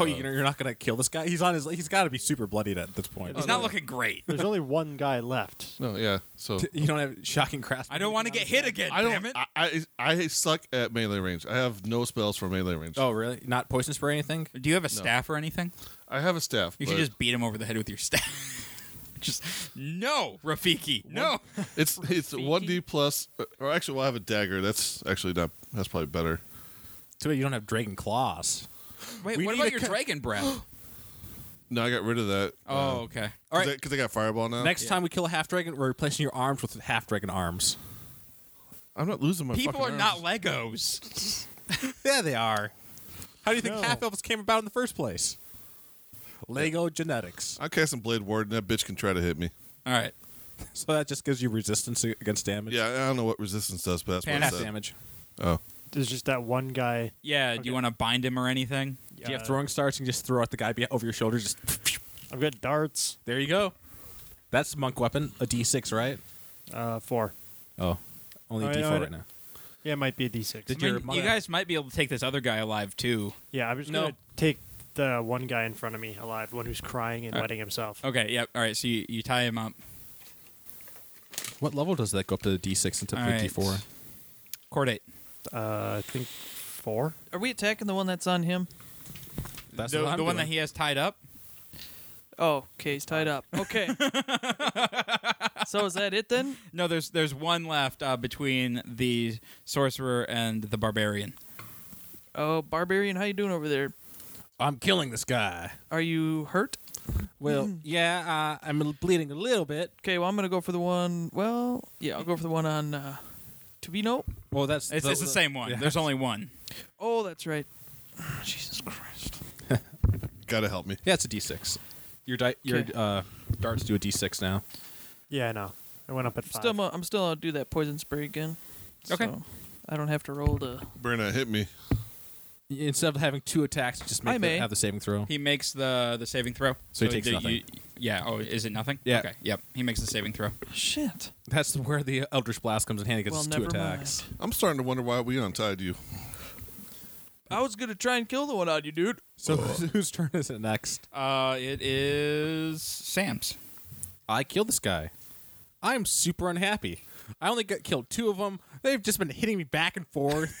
Speaker 4: Oh, you're, you're not gonna kill this guy? He's on his. He's got to be super bloodied at this point.
Speaker 5: He's not looking great.
Speaker 3: there's only one guy left.
Speaker 1: No, yeah. So
Speaker 4: You don't have shocking grasp.
Speaker 5: I don't want to get hit again.
Speaker 1: I
Speaker 5: Damn
Speaker 1: don't.
Speaker 5: it.
Speaker 1: I, I I suck at melee range. I have no spells for melee range.
Speaker 4: Oh, really? Not poison spray or anything?
Speaker 5: do you have a staff or anything?
Speaker 1: I have a staff.
Speaker 5: You
Speaker 1: but
Speaker 5: should just beat him over the head with your staff. just no, Rafiki. No.
Speaker 1: It's it's one D plus. uh, Or actually, well, I have a dagger. That's actually not. That's probably better.
Speaker 4: Too bad you don't have dragon claws.
Speaker 5: Wait.
Speaker 4: We
Speaker 5: What
Speaker 4: need
Speaker 5: about
Speaker 4: a
Speaker 5: your
Speaker 4: ca-
Speaker 5: dragon breath?
Speaker 1: No, I got rid of that.
Speaker 5: oh, okay. All right.
Speaker 1: Because I, got fireball now.
Speaker 4: Next time we kill a half dragon, we're replacing your arms with half dragon arms.
Speaker 1: I'm not losing my.
Speaker 5: People are
Speaker 1: fucking
Speaker 5: not
Speaker 1: arms.
Speaker 5: Legos.
Speaker 4: Yeah, they are. How do you think
Speaker 3: No.
Speaker 4: half elves came about in the first place? Uh. Lego genetics.
Speaker 1: I'm casting Blade Ward, and that bitch can try to hit me.
Speaker 5: All right.
Speaker 4: So that just gives you resistance against damage.
Speaker 1: Yeah, I don't know what resistance does, but that's what
Speaker 5: Pass
Speaker 1: it
Speaker 4: half
Speaker 1: said.
Speaker 4: damage.
Speaker 1: Oh,
Speaker 3: There's just that one guy.
Speaker 5: Yeah. Do
Speaker 3: Okay.
Speaker 5: you want to bind him or anything?
Speaker 4: Do you have
Speaker 3: Uh,
Speaker 4: throwing stars? You can just throw at the guy be- over your shoulder. Just
Speaker 3: I've got darts.
Speaker 4: there you go. That's monk weapon. A D6, right?
Speaker 3: Uh, four.
Speaker 4: Oh, only a
Speaker 3: Oh, yeah,
Speaker 4: D4
Speaker 3: I-
Speaker 4: right now.
Speaker 3: Yeah, it might be a D6.
Speaker 4: Did
Speaker 5: I
Speaker 4: your
Speaker 5: mean,
Speaker 4: mother-
Speaker 5: you guys might be able to take this other guy alive too.
Speaker 3: Yeah, I'm just
Speaker 4: No.
Speaker 3: gonna take the one guy in front of me alive, one who's crying and
Speaker 5: Uh,
Speaker 3: wetting himself.
Speaker 5: Okay. Yep. All right. So you, you tie him up.
Speaker 4: What level does that go up to D6 and to
Speaker 5: All right.
Speaker 4: D4?
Speaker 5: Chordate.
Speaker 3: Uh, I think four.
Speaker 2: Are we attacking the one that's on him?
Speaker 4: That's
Speaker 5: the,
Speaker 4: what I'm
Speaker 5: the one that
Speaker 4: doing.
Speaker 5: he has tied up.
Speaker 2: Oh, okay, he's tied up. Okay. so is that it then?
Speaker 5: No, there's there's one left uh, between the sorcerer and the barbarian.
Speaker 2: Oh, barbarian, how you doing over there?
Speaker 4: I'm killing this guy.
Speaker 2: Are you hurt?
Speaker 5: Hmm.
Speaker 4: Well, yeah, uh, I'm bleeding a little bit.
Speaker 2: Okay, well I'm gonna go for the one. Well, yeah, I'll go for the one on uh, Tubino.
Speaker 4: Well, that's
Speaker 5: It's, it's the same one.
Speaker 4: yeah.
Speaker 5: There's only one.
Speaker 2: Oh, that's right. Jesus Christ.
Speaker 1: gotta help me.
Speaker 4: Yeah, it's a D6. Your di- your
Speaker 2: Okay.
Speaker 4: uh, darts do a D6 now.
Speaker 3: Yeah, I know. I went up at five.
Speaker 2: Still, mo- I'm still gonna do that poison spray again.
Speaker 5: Okay.
Speaker 2: So I don't have to roll to.
Speaker 1: Burna hit me.
Speaker 4: Instead of having two attacks, just
Speaker 2: I
Speaker 4: make
Speaker 2: may.
Speaker 4: them have the saving throw.
Speaker 5: He makes the the saving throw.
Speaker 4: So he takes
Speaker 5: the-
Speaker 4: nothing.
Speaker 5: you- yeah. Oh, is it nothing?
Speaker 4: Yeah.
Speaker 5: Okay. Yep. He makes the saving throw.
Speaker 2: Shit.
Speaker 4: That's where the Eldritch Blast comes in handy because
Speaker 2: well,
Speaker 4: it's two
Speaker 2: never
Speaker 4: attacks.
Speaker 2: mind.
Speaker 1: I'm starting to wonder why we untied you.
Speaker 2: I was gonna try and kill the one on you, dude.
Speaker 4: So whose whose turn is it next?
Speaker 5: Uh, it is Sam's.
Speaker 4: I killed this guy. I'm super unhappy. I only got killed two of them. They've just been hitting me back and forth.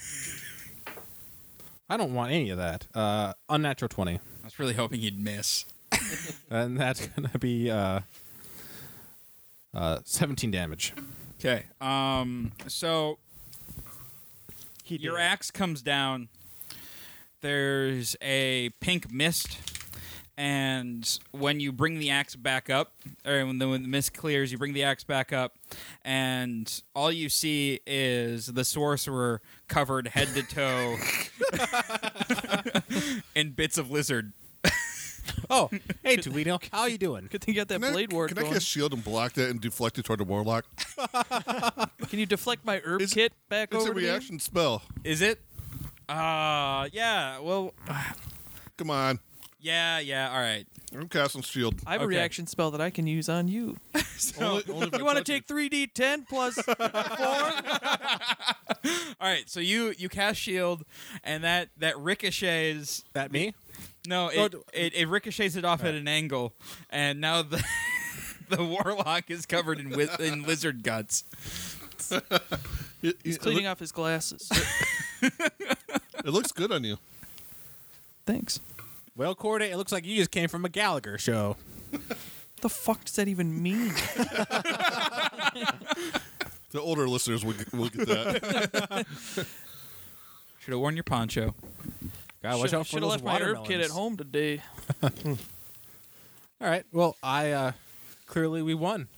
Speaker 4: I don't want any of that. Uh, unnatural 20.
Speaker 5: I was really hoping he'd miss.
Speaker 4: And that's going to be uh, uh, 17 damage.
Speaker 5: Okay. Um. So
Speaker 3: He
Speaker 5: your
Speaker 3: did.
Speaker 5: axe comes down. There's a pink mist, and when you bring the axe back up, or when the, when the mist clears, you bring the axe back up, and all you see is the sorcerer covered head to toe in bits of lizard.
Speaker 4: Oh, hey, Toledo, how you doing?
Speaker 2: Good thing you got that
Speaker 1: Can I-
Speaker 2: blade ward
Speaker 1: Can
Speaker 2: going.
Speaker 1: I cast shield and block that and deflect it toward the warlock?
Speaker 2: Can you deflect my herb
Speaker 1: It's-
Speaker 2: kit back
Speaker 1: It's
Speaker 2: over
Speaker 1: a
Speaker 2: to me?
Speaker 1: reaction spell.
Speaker 5: Is it? Uh yeah. Well,
Speaker 1: Come on.
Speaker 5: yeah, yeah. All right.
Speaker 1: I'm casting shield.
Speaker 2: I have a
Speaker 5: Okay.
Speaker 2: reaction spell that I can use on you.
Speaker 1: Only- only if I
Speaker 2: You want to
Speaker 1: touch it.
Speaker 2: take 3d10 plus
Speaker 5: All right. So you you cast shield, and that that ricochets.
Speaker 4: That me?
Speaker 5: No,
Speaker 4: Oh,
Speaker 5: it
Speaker 4: d-
Speaker 5: it, it ricochets it off at an angle, and now the the warlock is covered in wi- in lizard guts.
Speaker 1: It-
Speaker 2: He's
Speaker 1: it
Speaker 2: cleaning
Speaker 1: look-
Speaker 2: off his glasses.
Speaker 1: It looks good on you.
Speaker 2: Thanks.
Speaker 4: Well, Corday, it looks like you just came from a Gallagher show.
Speaker 2: The fuck does that even mean?
Speaker 1: The older listeners will, get- will get that.
Speaker 5: Should have worn your poncho.
Speaker 4: God, watch out for
Speaker 2: Should
Speaker 4: those
Speaker 2: have left my herb
Speaker 4: watermelons.
Speaker 2: kit at home today.
Speaker 4: All right. Well, I uh, clearly we won.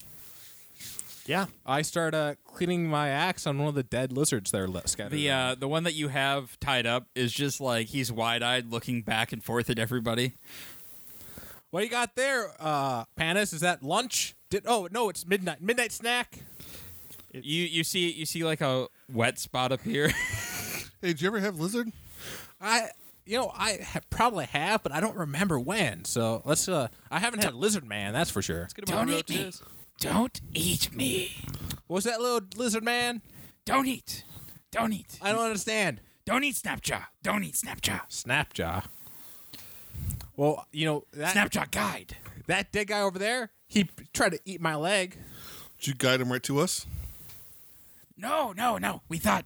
Speaker 3: Yeah.
Speaker 4: I start uh, cleaning my axe on one of the dead lizards that are le- scattered.
Speaker 5: The
Speaker 4: around.
Speaker 5: uh, the one that you have tied up is just like he's wide eyed, looking back and forth at everybody.
Speaker 4: what do you got there, uh, Panis? Is that lunch? Did oh no, it's midnight. Midnight snack.
Speaker 5: You you see you see like a wet spot up here.
Speaker 1: hey, did you ever have lizard?
Speaker 4: I you know I ha- probably have, but I don't remember when. So let's. Uh, I haven't had lizard man. That's for sure.
Speaker 2: It's gonna be
Speaker 5: Don't eat me.
Speaker 2: roaches.
Speaker 5: Don't eat me.
Speaker 4: What was that little lizard man?
Speaker 5: Don't eat. Don't eat.
Speaker 4: I don't understand.
Speaker 5: Don't eat Snapchat. Don't eat Snapchat.
Speaker 4: Snapjaw. Well, you know that
Speaker 5: Snapchat guide.
Speaker 4: that dead guy over there. He p- tried to eat my leg.
Speaker 1: Did you guide him right to us?
Speaker 5: No, no, no. We thought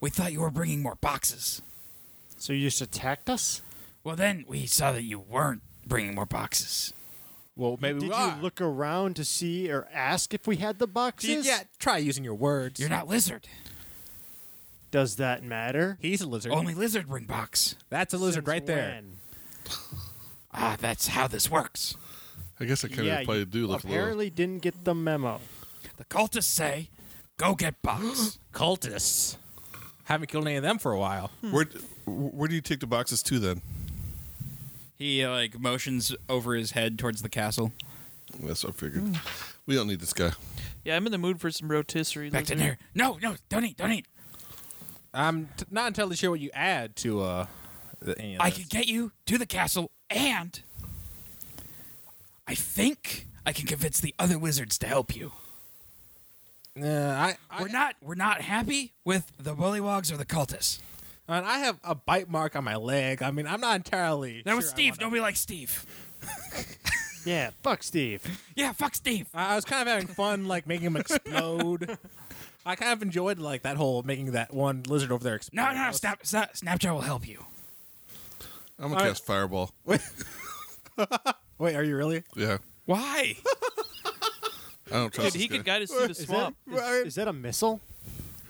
Speaker 5: we thought you were bringing more boxes.
Speaker 3: So you just attacked us?
Speaker 5: Well, then we saw that you weren't bringing more boxes.
Speaker 4: Well, maybe
Speaker 3: Did
Speaker 4: we are.
Speaker 3: you look around to see or ask if we had the boxes?
Speaker 4: Yeah, try using your words.
Speaker 5: You're not lizard.
Speaker 3: Does that matter?
Speaker 4: He's a lizard.
Speaker 5: Only lizard bring box.
Speaker 4: That's a lizard
Speaker 3: Since
Speaker 4: right there.
Speaker 3: when?
Speaker 5: Ah, that's how this works.
Speaker 1: I guess I kind
Speaker 3: Yeah,
Speaker 1: of probably
Speaker 3: you
Speaker 1: do look a little.
Speaker 3: apparently didn't get the memo.
Speaker 5: The cultists say, "Go get box."
Speaker 4: Cultists. Haven't killed any of them for a while.
Speaker 1: Where, where do you take the boxes to then?
Speaker 5: he like motions over his head towards the castle.
Speaker 1: That's what I figured. We don't need this guy.
Speaker 2: Yeah, I'm in the mood for some rotisserie.
Speaker 5: Back in
Speaker 2: lizard.
Speaker 5: there. No, no, don't eat, don't eat.
Speaker 4: I'm t- not entirely sure what you add to uh. The, any of
Speaker 5: I
Speaker 4: this.
Speaker 5: can get you to the castle, and I think I can convince the other wizards to help you.
Speaker 4: Uh, I, I
Speaker 5: We're not we're not happy with the bullywogs or the cultists.
Speaker 4: and I have a bite mark on my leg. I mean, I'm not entirely.
Speaker 5: That was
Speaker 4: sure I
Speaker 5: Steve.
Speaker 4: wanna-
Speaker 5: Nobody likes Steve.
Speaker 3: Yeah, fuck Steve.
Speaker 5: Yeah, fuck Steve.
Speaker 4: I I was kind of having fun, like making him explode. I kind of enjoyed like that whole making that one lizard over there explode.
Speaker 5: No, no, snap, snap, Snapchat will help you.
Speaker 1: I'm gonna
Speaker 4: All right.
Speaker 1: cast fireball.
Speaker 4: Wait, are you really?
Speaker 1: Yeah,
Speaker 5: Why?
Speaker 1: I don't
Speaker 2: Dude,
Speaker 1: trust.
Speaker 2: he
Speaker 1: this
Speaker 2: could
Speaker 1: guy.
Speaker 2: guide us through the
Speaker 3: Is that,
Speaker 2: swamp.
Speaker 3: is, is that a missile?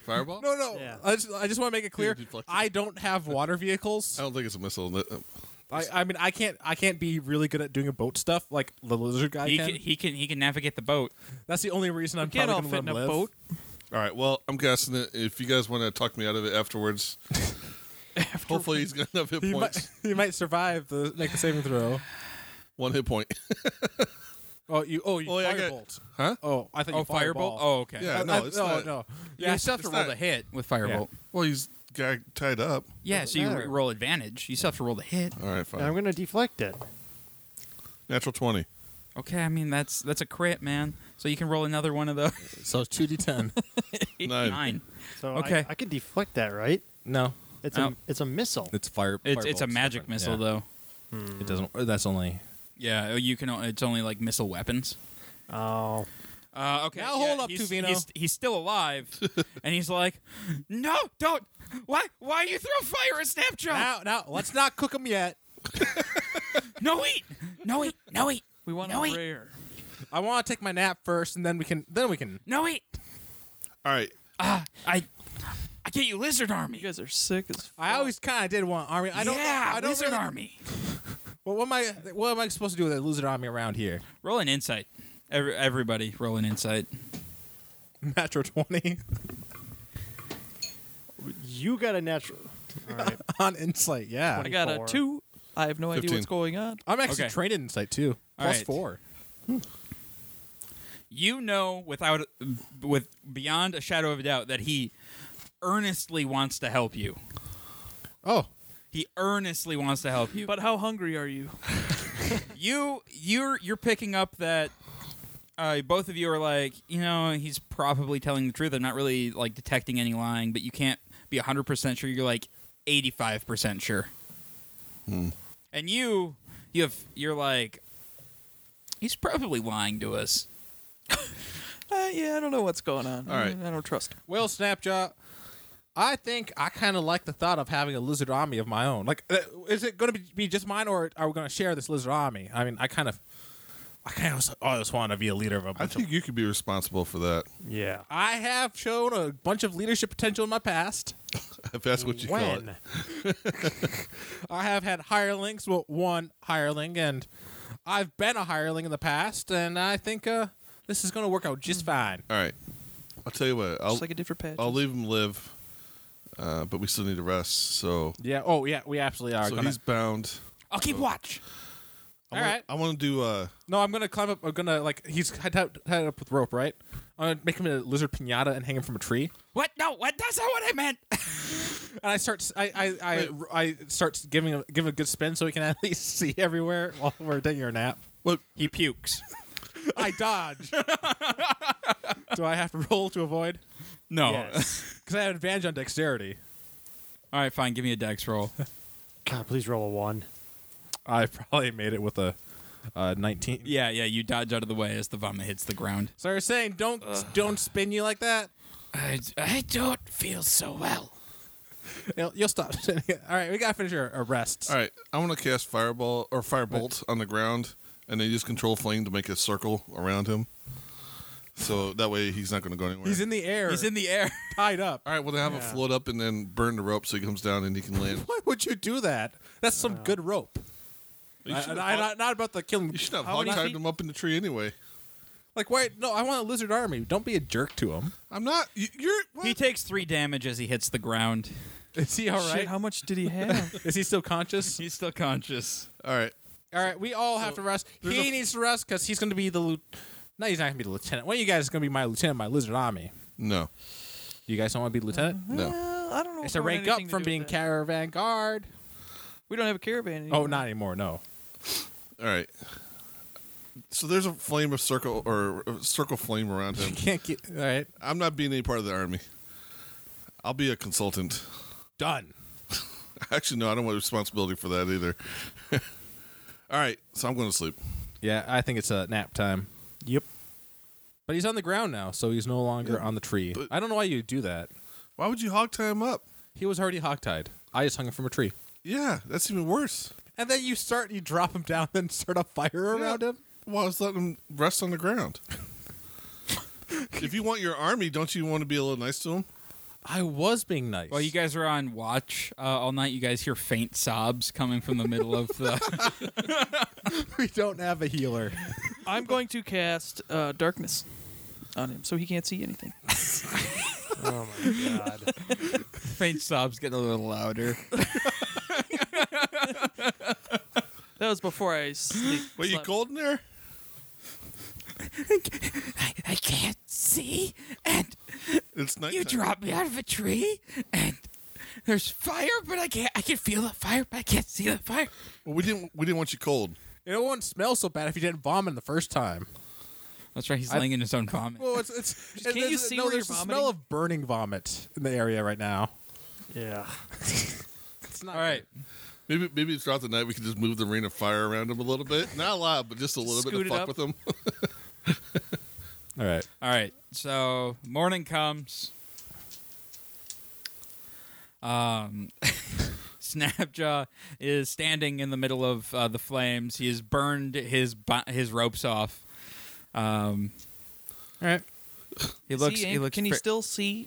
Speaker 1: fireball.
Speaker 4: No, no.
Speaker 3: Yeah.
Speaker 4: I just, I just want to make it clear.
Speaker 1: deflect it.
Speaker 4: I don't have water vehicles.
Speaker 1: I don't think it's a missile. That-
Speaker 4: I, I mean, I can't. I can't be really good at doing a boat stuff like the lizard guy
Speaker 5: He
Speaker 4: can.
Speaker 5: can, he can he can navigate the boat.
Speaker 4: That's the only reason I'm
Speaker 2: We can't
Speaker 4: probably
Speaker 2: all
Speaker 4: gonna
Speaker 2: fit
Speaker 4: let
Speaker 2: in
Speaker 4: him
Speaker 2: a
Speaker 4: live.
Speaker 2: boat
Speaker 1: All right. Well, I'm guessing that if you guys want to talk me out of it afterwards, hopefully he's got enough hit
Speaker 4: He
Speaker 1: points.
Speaker 4: might, he might survive the make the saving throw.
Speaker 1: One hit point.
Speaker 4: Oh, you. Oh, you
Speaker 1: Oh, yeah, I got-
Speaker 4: firebolt.
Speaker 1: huh?
Speaker 4: Oh, I think. you fireball.
Speaker 5: Oh, okay.
Speaker 1: Yeah.
Speaker 4: I-
Speaker 1: no,
Speaker 4: I-
Speaker 1: it's
Speaker 4: no,
Speaker 1: not-
Speaker 4: no.
Speaker 5: You still have to
Speaker 1: it's
Speaker 5: roll
Speaker 1: not-
Speaker 5: the hit with firebolt.
Speaker 1: Well, he's guy tied up.
Speaker 5: Yeah, so
Speaker 3: Doesn't
Speaker 5: you
Speaker 3: matter.
Speaker 5: roll advantage. You still have to roll the hit.
Speaker 1: All right,
Speaker 3: I'm
Speaker 1: fine.
Speaker 3: gonna deflect it.
Speaker 1: Natural twenty.
Speaker 5: Okay, I mean that's that's a crit, man. So you can roll another one of those.
Speaker 4: So two d ten.
Speaker 1: Nine.
Speaker 5: Nine.
Speaker 3: So
Speaker 5: Okay.
Speaker 3: I, I can deflect that, right?
Speaker 4: no,
Speaker 3: It's
Speaker 5: Oh.
Speaker 3: a it's a missile.
Speaker 4: it's fire.
Speaker 5: It's it's a
Speaker 4: firebolt's
Speaker 5: magic
Speaker 4: different.
Speaker 5: missile
Speaker 4: Yeah.
Speaker 5: though.
Speaker 4: It doesn't. That's only.
Speaker 5: Yeah, you can. o- It's only like missile weapons.
Speaker 3: Oh,
Speaker 5: Uh, okay.
Speaker 4: Now
Speaker 5: yeah,
Speaker 4: hold up,
Speaker 5: he's-
Speaker 4: Tuvino.
Speaker 5: He's, he's still alive, and he's like, "No, don't! Why? Why you throw fire at Snapchat?
Speaker 4: Now, now, let's not cook them yet.
Speaker 5: No eat, no eat, no eat,
Speaker 2: We want
Speaker 5: No,
Speaker 2: a
Speaker 5: he-
Speaker 2: rare.
Speaker 4: I want to take my nap first, and then we can. Then we can.
Speaker 5: no eat."
Speaker 1: All right.
Speaker 5: Ah, I, I get you lizard
Speaker 2: You
Speaker 5: army.
Speaker 2: guys are sick as fuck.
Speaker 4: I always kind of did want army. I don't.
Speaker 5: yeah,
Speaker 4: I don't
Speaker 5: lizard
Speaker 4: really-
Speaker 5: army.
Speaker 4: Well, what am I? What am I supposed to do with a lizard army around here?
Speaker 5: Roll an insight. Every, everybody, roll an insight.
Speaker 4: Natural twenty
Speaker 3: you got a natural. All right.
Speaker 4: on insight. Yeah.
Speaker 2: I got a
Speaker 3: 24.
Speaker 2: two I have no idea
Speaker 1: 15.
Speaker 2: what's going on.
Speaker 4: I'm actually
Speaker 5: Okay.
Speaker 4: trained in insight too.
Speaker 5: All
Speaker 4: Plus
Speaker 5: right.
Speaker 4: four.
Speaker 5: you know without with beyond a shadow of a doubt that he earnestly wants to help you.
Speaker 4: Oh,
Speaker 5: He earnestly wants to help you.
Speaker 2: But how hungry are you?
Speaker 5: you you're you're picking up that uh, both of you are like you know he's probably telling the truth i'm not really like detecting any lying but you can't be 100% sure you're like 85% sure and you you have you're like he's probably lying to us
Speaker 2: Uh, yeah, I don't know what's going on.
Speaker 1: All right.
Speaker 2: I don't trust him.
Speaker 4: well, Snapjaw. I think I kind of like the thought of having a lizard army of my own. Like, uh, is it going to be just mine, or are we going to share this lizard army? I mean, I kind of, "Oh, I kind of always want to be a leader of a
Speaker 1: I
Speaker 4: bunch of.
Speaker 1: think you could be responsible for that.
Speaker 3: Yeah.
Speaker 4: I have shown a bunch of leadership potential in my past.
Speaker 1: If that's what you call it.
Speaker 3: When?
Speaker 4: I have had hirelings, well, one hireling, and I've been a hireling in the past, and I think uh, this is going to work out
Speaker 1: Hmm.
Speaker 4: just fine.
Speaker 1: All right. I'll tell you what. I'll,
Speaker 2: Just like a different patch.
Speaker 1: I'll leave him live, uh, but we still need to rest. So,
Speaker 4: Yeah. Oh, yeah. We absolutely are.
Speaker 1: so
Speaker 4: gonna-
Speaker 1: he's Oh. bound.
Speaker 5: i'll keep watch
Speaker 1: I
Speaker 4: All
Speaker 1: wanna-
Speaker 4: right.
Speaker 1: I want to do. Uh,
Speaker 4: No, I'm gonna climb up. I'm gonna like he's tied up, tied up with rope, right? I'm gonna make him a lizard pinata and hang him from a tree.
Speaker 5: what no what that's not what i meant
Speaker 4: And I start, s- I, I, I, I start giving him give him a good spin so he can at least see everywhere while we're taking our nap.
Speaker 1: what?
Speaker 5: he pukes
Speaker 4: I dodge. Do I have to roll to avoid?
Speaker 5: no
Speaker 3: Yes.
Speaker 4: Because I have advantage on dexterity.
Speaker 5: all right fine give me a dex roll
Speaker 3: God, please roll a one.
Speaker 4: I probably made it with a uh, 19.
Speaker 5: yeah yeah you dodge out of the way as the vomit hits the ground
Speaker 4: So you're saying don't don't spin you like that?
Speaker 5: i, I don't feel so well
Speaker 4: You'll, you'll stop. spinning. All right, we gotta finish our, our rests.
Speaker 1: All right. I want to cast fireball or firebolt on the ground, and then use control flame to make a circle around him. So that way he's not going to go anywhere.
Speaker 4: He's in the air.
Speaker 5: he's in the air
Speaker 4: tied up.
Speaker 1: All right. Well, then have him
Speaker 3: Yeah.
Speaker 1: float up and then burn the rope so he comes down and he can land.
Speaker 4: Why would you do that? That's some good rope.
Speaker 1: You
Speaker 4: I-
Speaker 1: should
Speaker 4: and
Speaker 1: have
Speaker 4: I-
Speaker 1: hog-
Speaker 4: not, not about the killing.
Speaker 1: you should have
Speaker 2: How
Speaker 1: hog
Speaker 2: many
Speaker 1: tied
Speaker 2: feet?
Speaker 1: him up in the tree anyway.
Speaker 4: Like, why? No, I want a lizard army. Don't be a jerk to him.
Speaker 1: I'm not. You, you're. What?
Speaker 5: He takes three damage as he hits the ground.
Speaker 4: Is he all
Speaker 2: Shit,
Speaker 4: right?
Speaker 2: how much did he have?
Speaker 4: Is he still conscious?
Speaker 5: He's still conscious.
Speaker 1: All right.
Speaker 4: all right, we all have to rest.
Speaker 1: there's
Speaker 4: He
Speaker 1: a-
Speaker 4: needs to rest because he's going to be the. lieu- No, he's not going to be the lieutenant. One of you guys is going to be my lieutenant, my lizard army.
Speaker 1: No.
Speaker 4: You guys don't want to be lieutenant?
Speaker 1: No.
Speaker 2: Well, I don't know.
Speaker 4: It's
Speaker 2: if I
Speaker 4: a
Speaker 2: want
Speaker 4: rank up
Speaker 2: anything to
Speaker 4: from
Speaker 2: do with
Speaker 4: being
Speaker 2: that.
Speaker 4: caravan guard.
Speaker 2: We don't have a caravan anymore.
Speaker 4: Oh, not anymore. No.
Speaker 1: All right. So there's a flame of circle or a circle flame around
Speaker 4: You
Speaker 1: him.
Speaker 4: can't get. All right.
Speaker 1: I'm not being any part of the army. I'll be a consultant.
Speaker 4: Done.
Speaker 1: Actually, no, I don't want responsibility for that either. All right, so I'm going to sleep.
Speaker 4: Yeah, I think it's uh, nap time.
Speaker 3: Yep.
Speaker 4: But he's on the ground now, so he's no longer on the tree.
Speaker 1: but-
Speaker 4: I don't know why you do that.
Speaker 1: Why would you hog tie him up?
Speaker 4: He was already hogtied. I just hung him from a tree.
Speaker 1: Yeah, that's even worse.
Speaker 4: And then you start, you drop him down, then start a fire around
Speaker 1: Yeah.
Speaker 4: him.
Speaker 1: Well, I was letting him rest on the ground. if you want your army, don't you want to be a little nice to him?
Speaker 4: I was being nice.
Speaker 5: Well, you guys are on watch uh, all night. You guys hear faint sobs coming from the middle of the.
Speaker 4: we don't have a healer.
Speaker 2: I'm going to cast uh, darkness on him so he can't see anything.
Speaker 3: Oh my god.
Speaker 5: faint sobs get a little louder.
Speaker 2: That was before I sleep.
Speaker 1: Wait, you
Speaker 2: slept.
Speaker 1: cold in there?
Speaker 5: I, I can't see, and
Speaker 1: It's night.
Speaker 5: me out of a tree, and there's fire, but I can't. I can feel the fire, but I can't see the fire.
Speaker 1: Well, we didn't. We didn't want you cold.
Speaker 4: It won't smell so bad if you didn't vomit the first time.
Speaker 5: That's right. He's laying in his own vomit.
Speaker 4: Well, it's it's.
Speaker 2: Can't you see
Speaker 4: no,
Speaker 2: where
Speaker 4: there's
Speaker 2: you're
Speaker 4: the smell
Speaker 2: vomiting?
Speaker 4: of burning vomit in the area right now.
Speaker 3: Yeah.
Speaker 4: It's not
Speaker 5: all right.
Speaker 1: Maybe maybe throughout the night we could just move the ring of fire around him a little bit. Not a lot, but just a little
Speaker 2: Scoot
Speaker 1: bit
Speaker 2: it
Speaker 1: to fuck
Speaker 2: up.
Speaker 1: with him.
Speaker 4: All right.
Speaker 5: All right. So morning comes. Um, Snapjaw is standing in the middle of uh, the flames. He has burned his bo- his ropes off. Um,
Speaker 4: All right.
Speaker 5: he
Speaker 2: Is
Speaker 5: looks.
Speaker 2: he
Speaker 5: He,
Speaker 2: ang-
Speaker 5: looks.
Speaker 2: Can he
Speaker 5: pre-
Speaker 2: still see?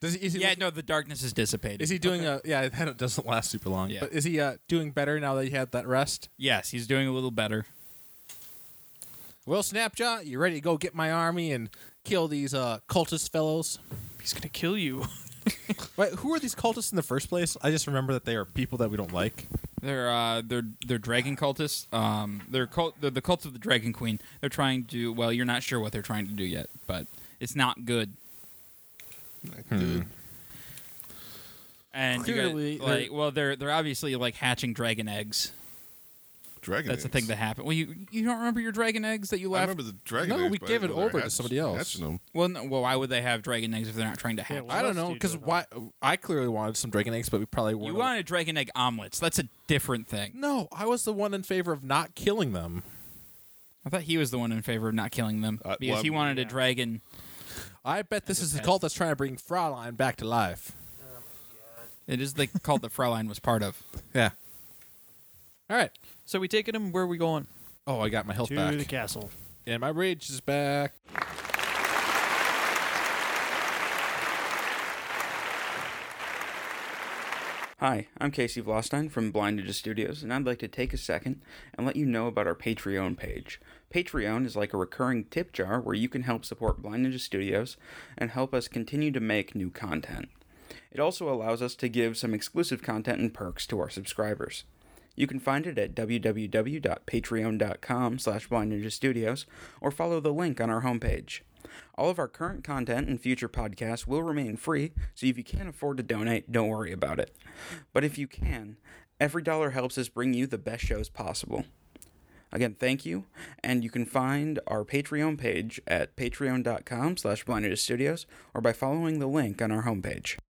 Speaker 4: Does he, is he
Speaker 5: Yeah.
Speaker 4: look-
Speaker 5: No, the darkness is dissipated.
Speaker 4: Is he doing a? Yeah, that doesn't last super long.
Speaker 5: Yeah.
Speaker 4: But is he uh, doing better now that he had that rest?
Speaker 5: Yes, he's doing a little better.
Speaker 4: Well, Snapjaw, you ready to go get my army and kill these uh, cultist fellows?
Speaker 2: He's gonna kill you.
Speaker 4: Wait, who are these cultists in the first place? I just remember that they are people that we don't like.
Speaker 5: They're uh, they're they're dragon cultists. Um, they're cult. They're the cult of the dragon queen. They're trying to. Well, you're not sure what they're trying to do yet, but it's not good. Hmm.
Speaker 1: Dude.
Speaker 5: And you guys-
Speaker 6: Clearly, they're-
Speaker 5: like, well, they're they're obviously like hatching dragon eggs.
Speaker 1: Dragon.
Speaker 5: That's the thing that happened. Well, you you don't remember your dragon eggs that you
Speaker 1: I
Speaker 5: left.
Speaker 1: remember the dragon.
Speaker 4: No,
Speaker 1: eggs,
Speaker 4: we
Speaker 1: but I
Speaker 4: gave
Speaker 1: didn't
Speaker 4: it
Speaker 1: know they were
Speaker 4: over to
Speaker 1: hatched-
Speaker 4: somebody else.
Speaker 1: hatching 'em.
Speaker 5: well, no, well, why would they have dragon eggs if they're not trying to hatch?
Speaker 3: well,
Speaker 4: I don't
Speaker 3: else do
Speaker 4: know
Speaker 3: you
Speaker 4: because
Speaker 3: do with
Speaker 4: why? I clearly wanted some dragon eggs, but we probably weren't.
Speaker 5: you wanted dragon egg omelets. That's a different thing.
Speaker 4: No, I was the one in favor of not killing them.
Speaker 5: I thought he was the one in favor of not killing them
Speaker 1: Uh,
Speaker 5: because
Speaker 1: well,
Speaker 5: he wanted a
Speaker 3: yeah.
Speaker 5: dragon.
Speaker 4: I bet this is the
Speaker 5: pest.
Speaker 4: cult that's trying to bring Fraulein back to life.
Speaker 5: It is the cult that Fraulein was part of.
Speaker 4: Yeah. All right.
Speaker 2: So we taking him. Where are we going?
Speaker 4: Oh, I got my health
Speaker 3: to
Speaker 4: back,
Speaker 3: the castle.
Speaker 4: and my rage is back.
Speaker 7: Hi, I'm Casey Vlostein from Blind Ninja Studios, and I'd like to take a second and let you know about our Patreon page. Patreon is like a recurring tip jar where you can help support Blind Ninja Studios and help us continue to make new content. It also allows us to give some exclusive content and perks to our subscribers. You can find it at www.patreon.com slash Blind Ninja Studios or follow the link on our homepage. All of our current content and future podcasts will remain free, so if you can't afford to donate, don't worry about it. But if you can, every dollar helps us bring you the best shows possible. Again, thank you, and you can find our Patreon page at patreon.com slash Blind Ninja Studios or by following the link on our homepage.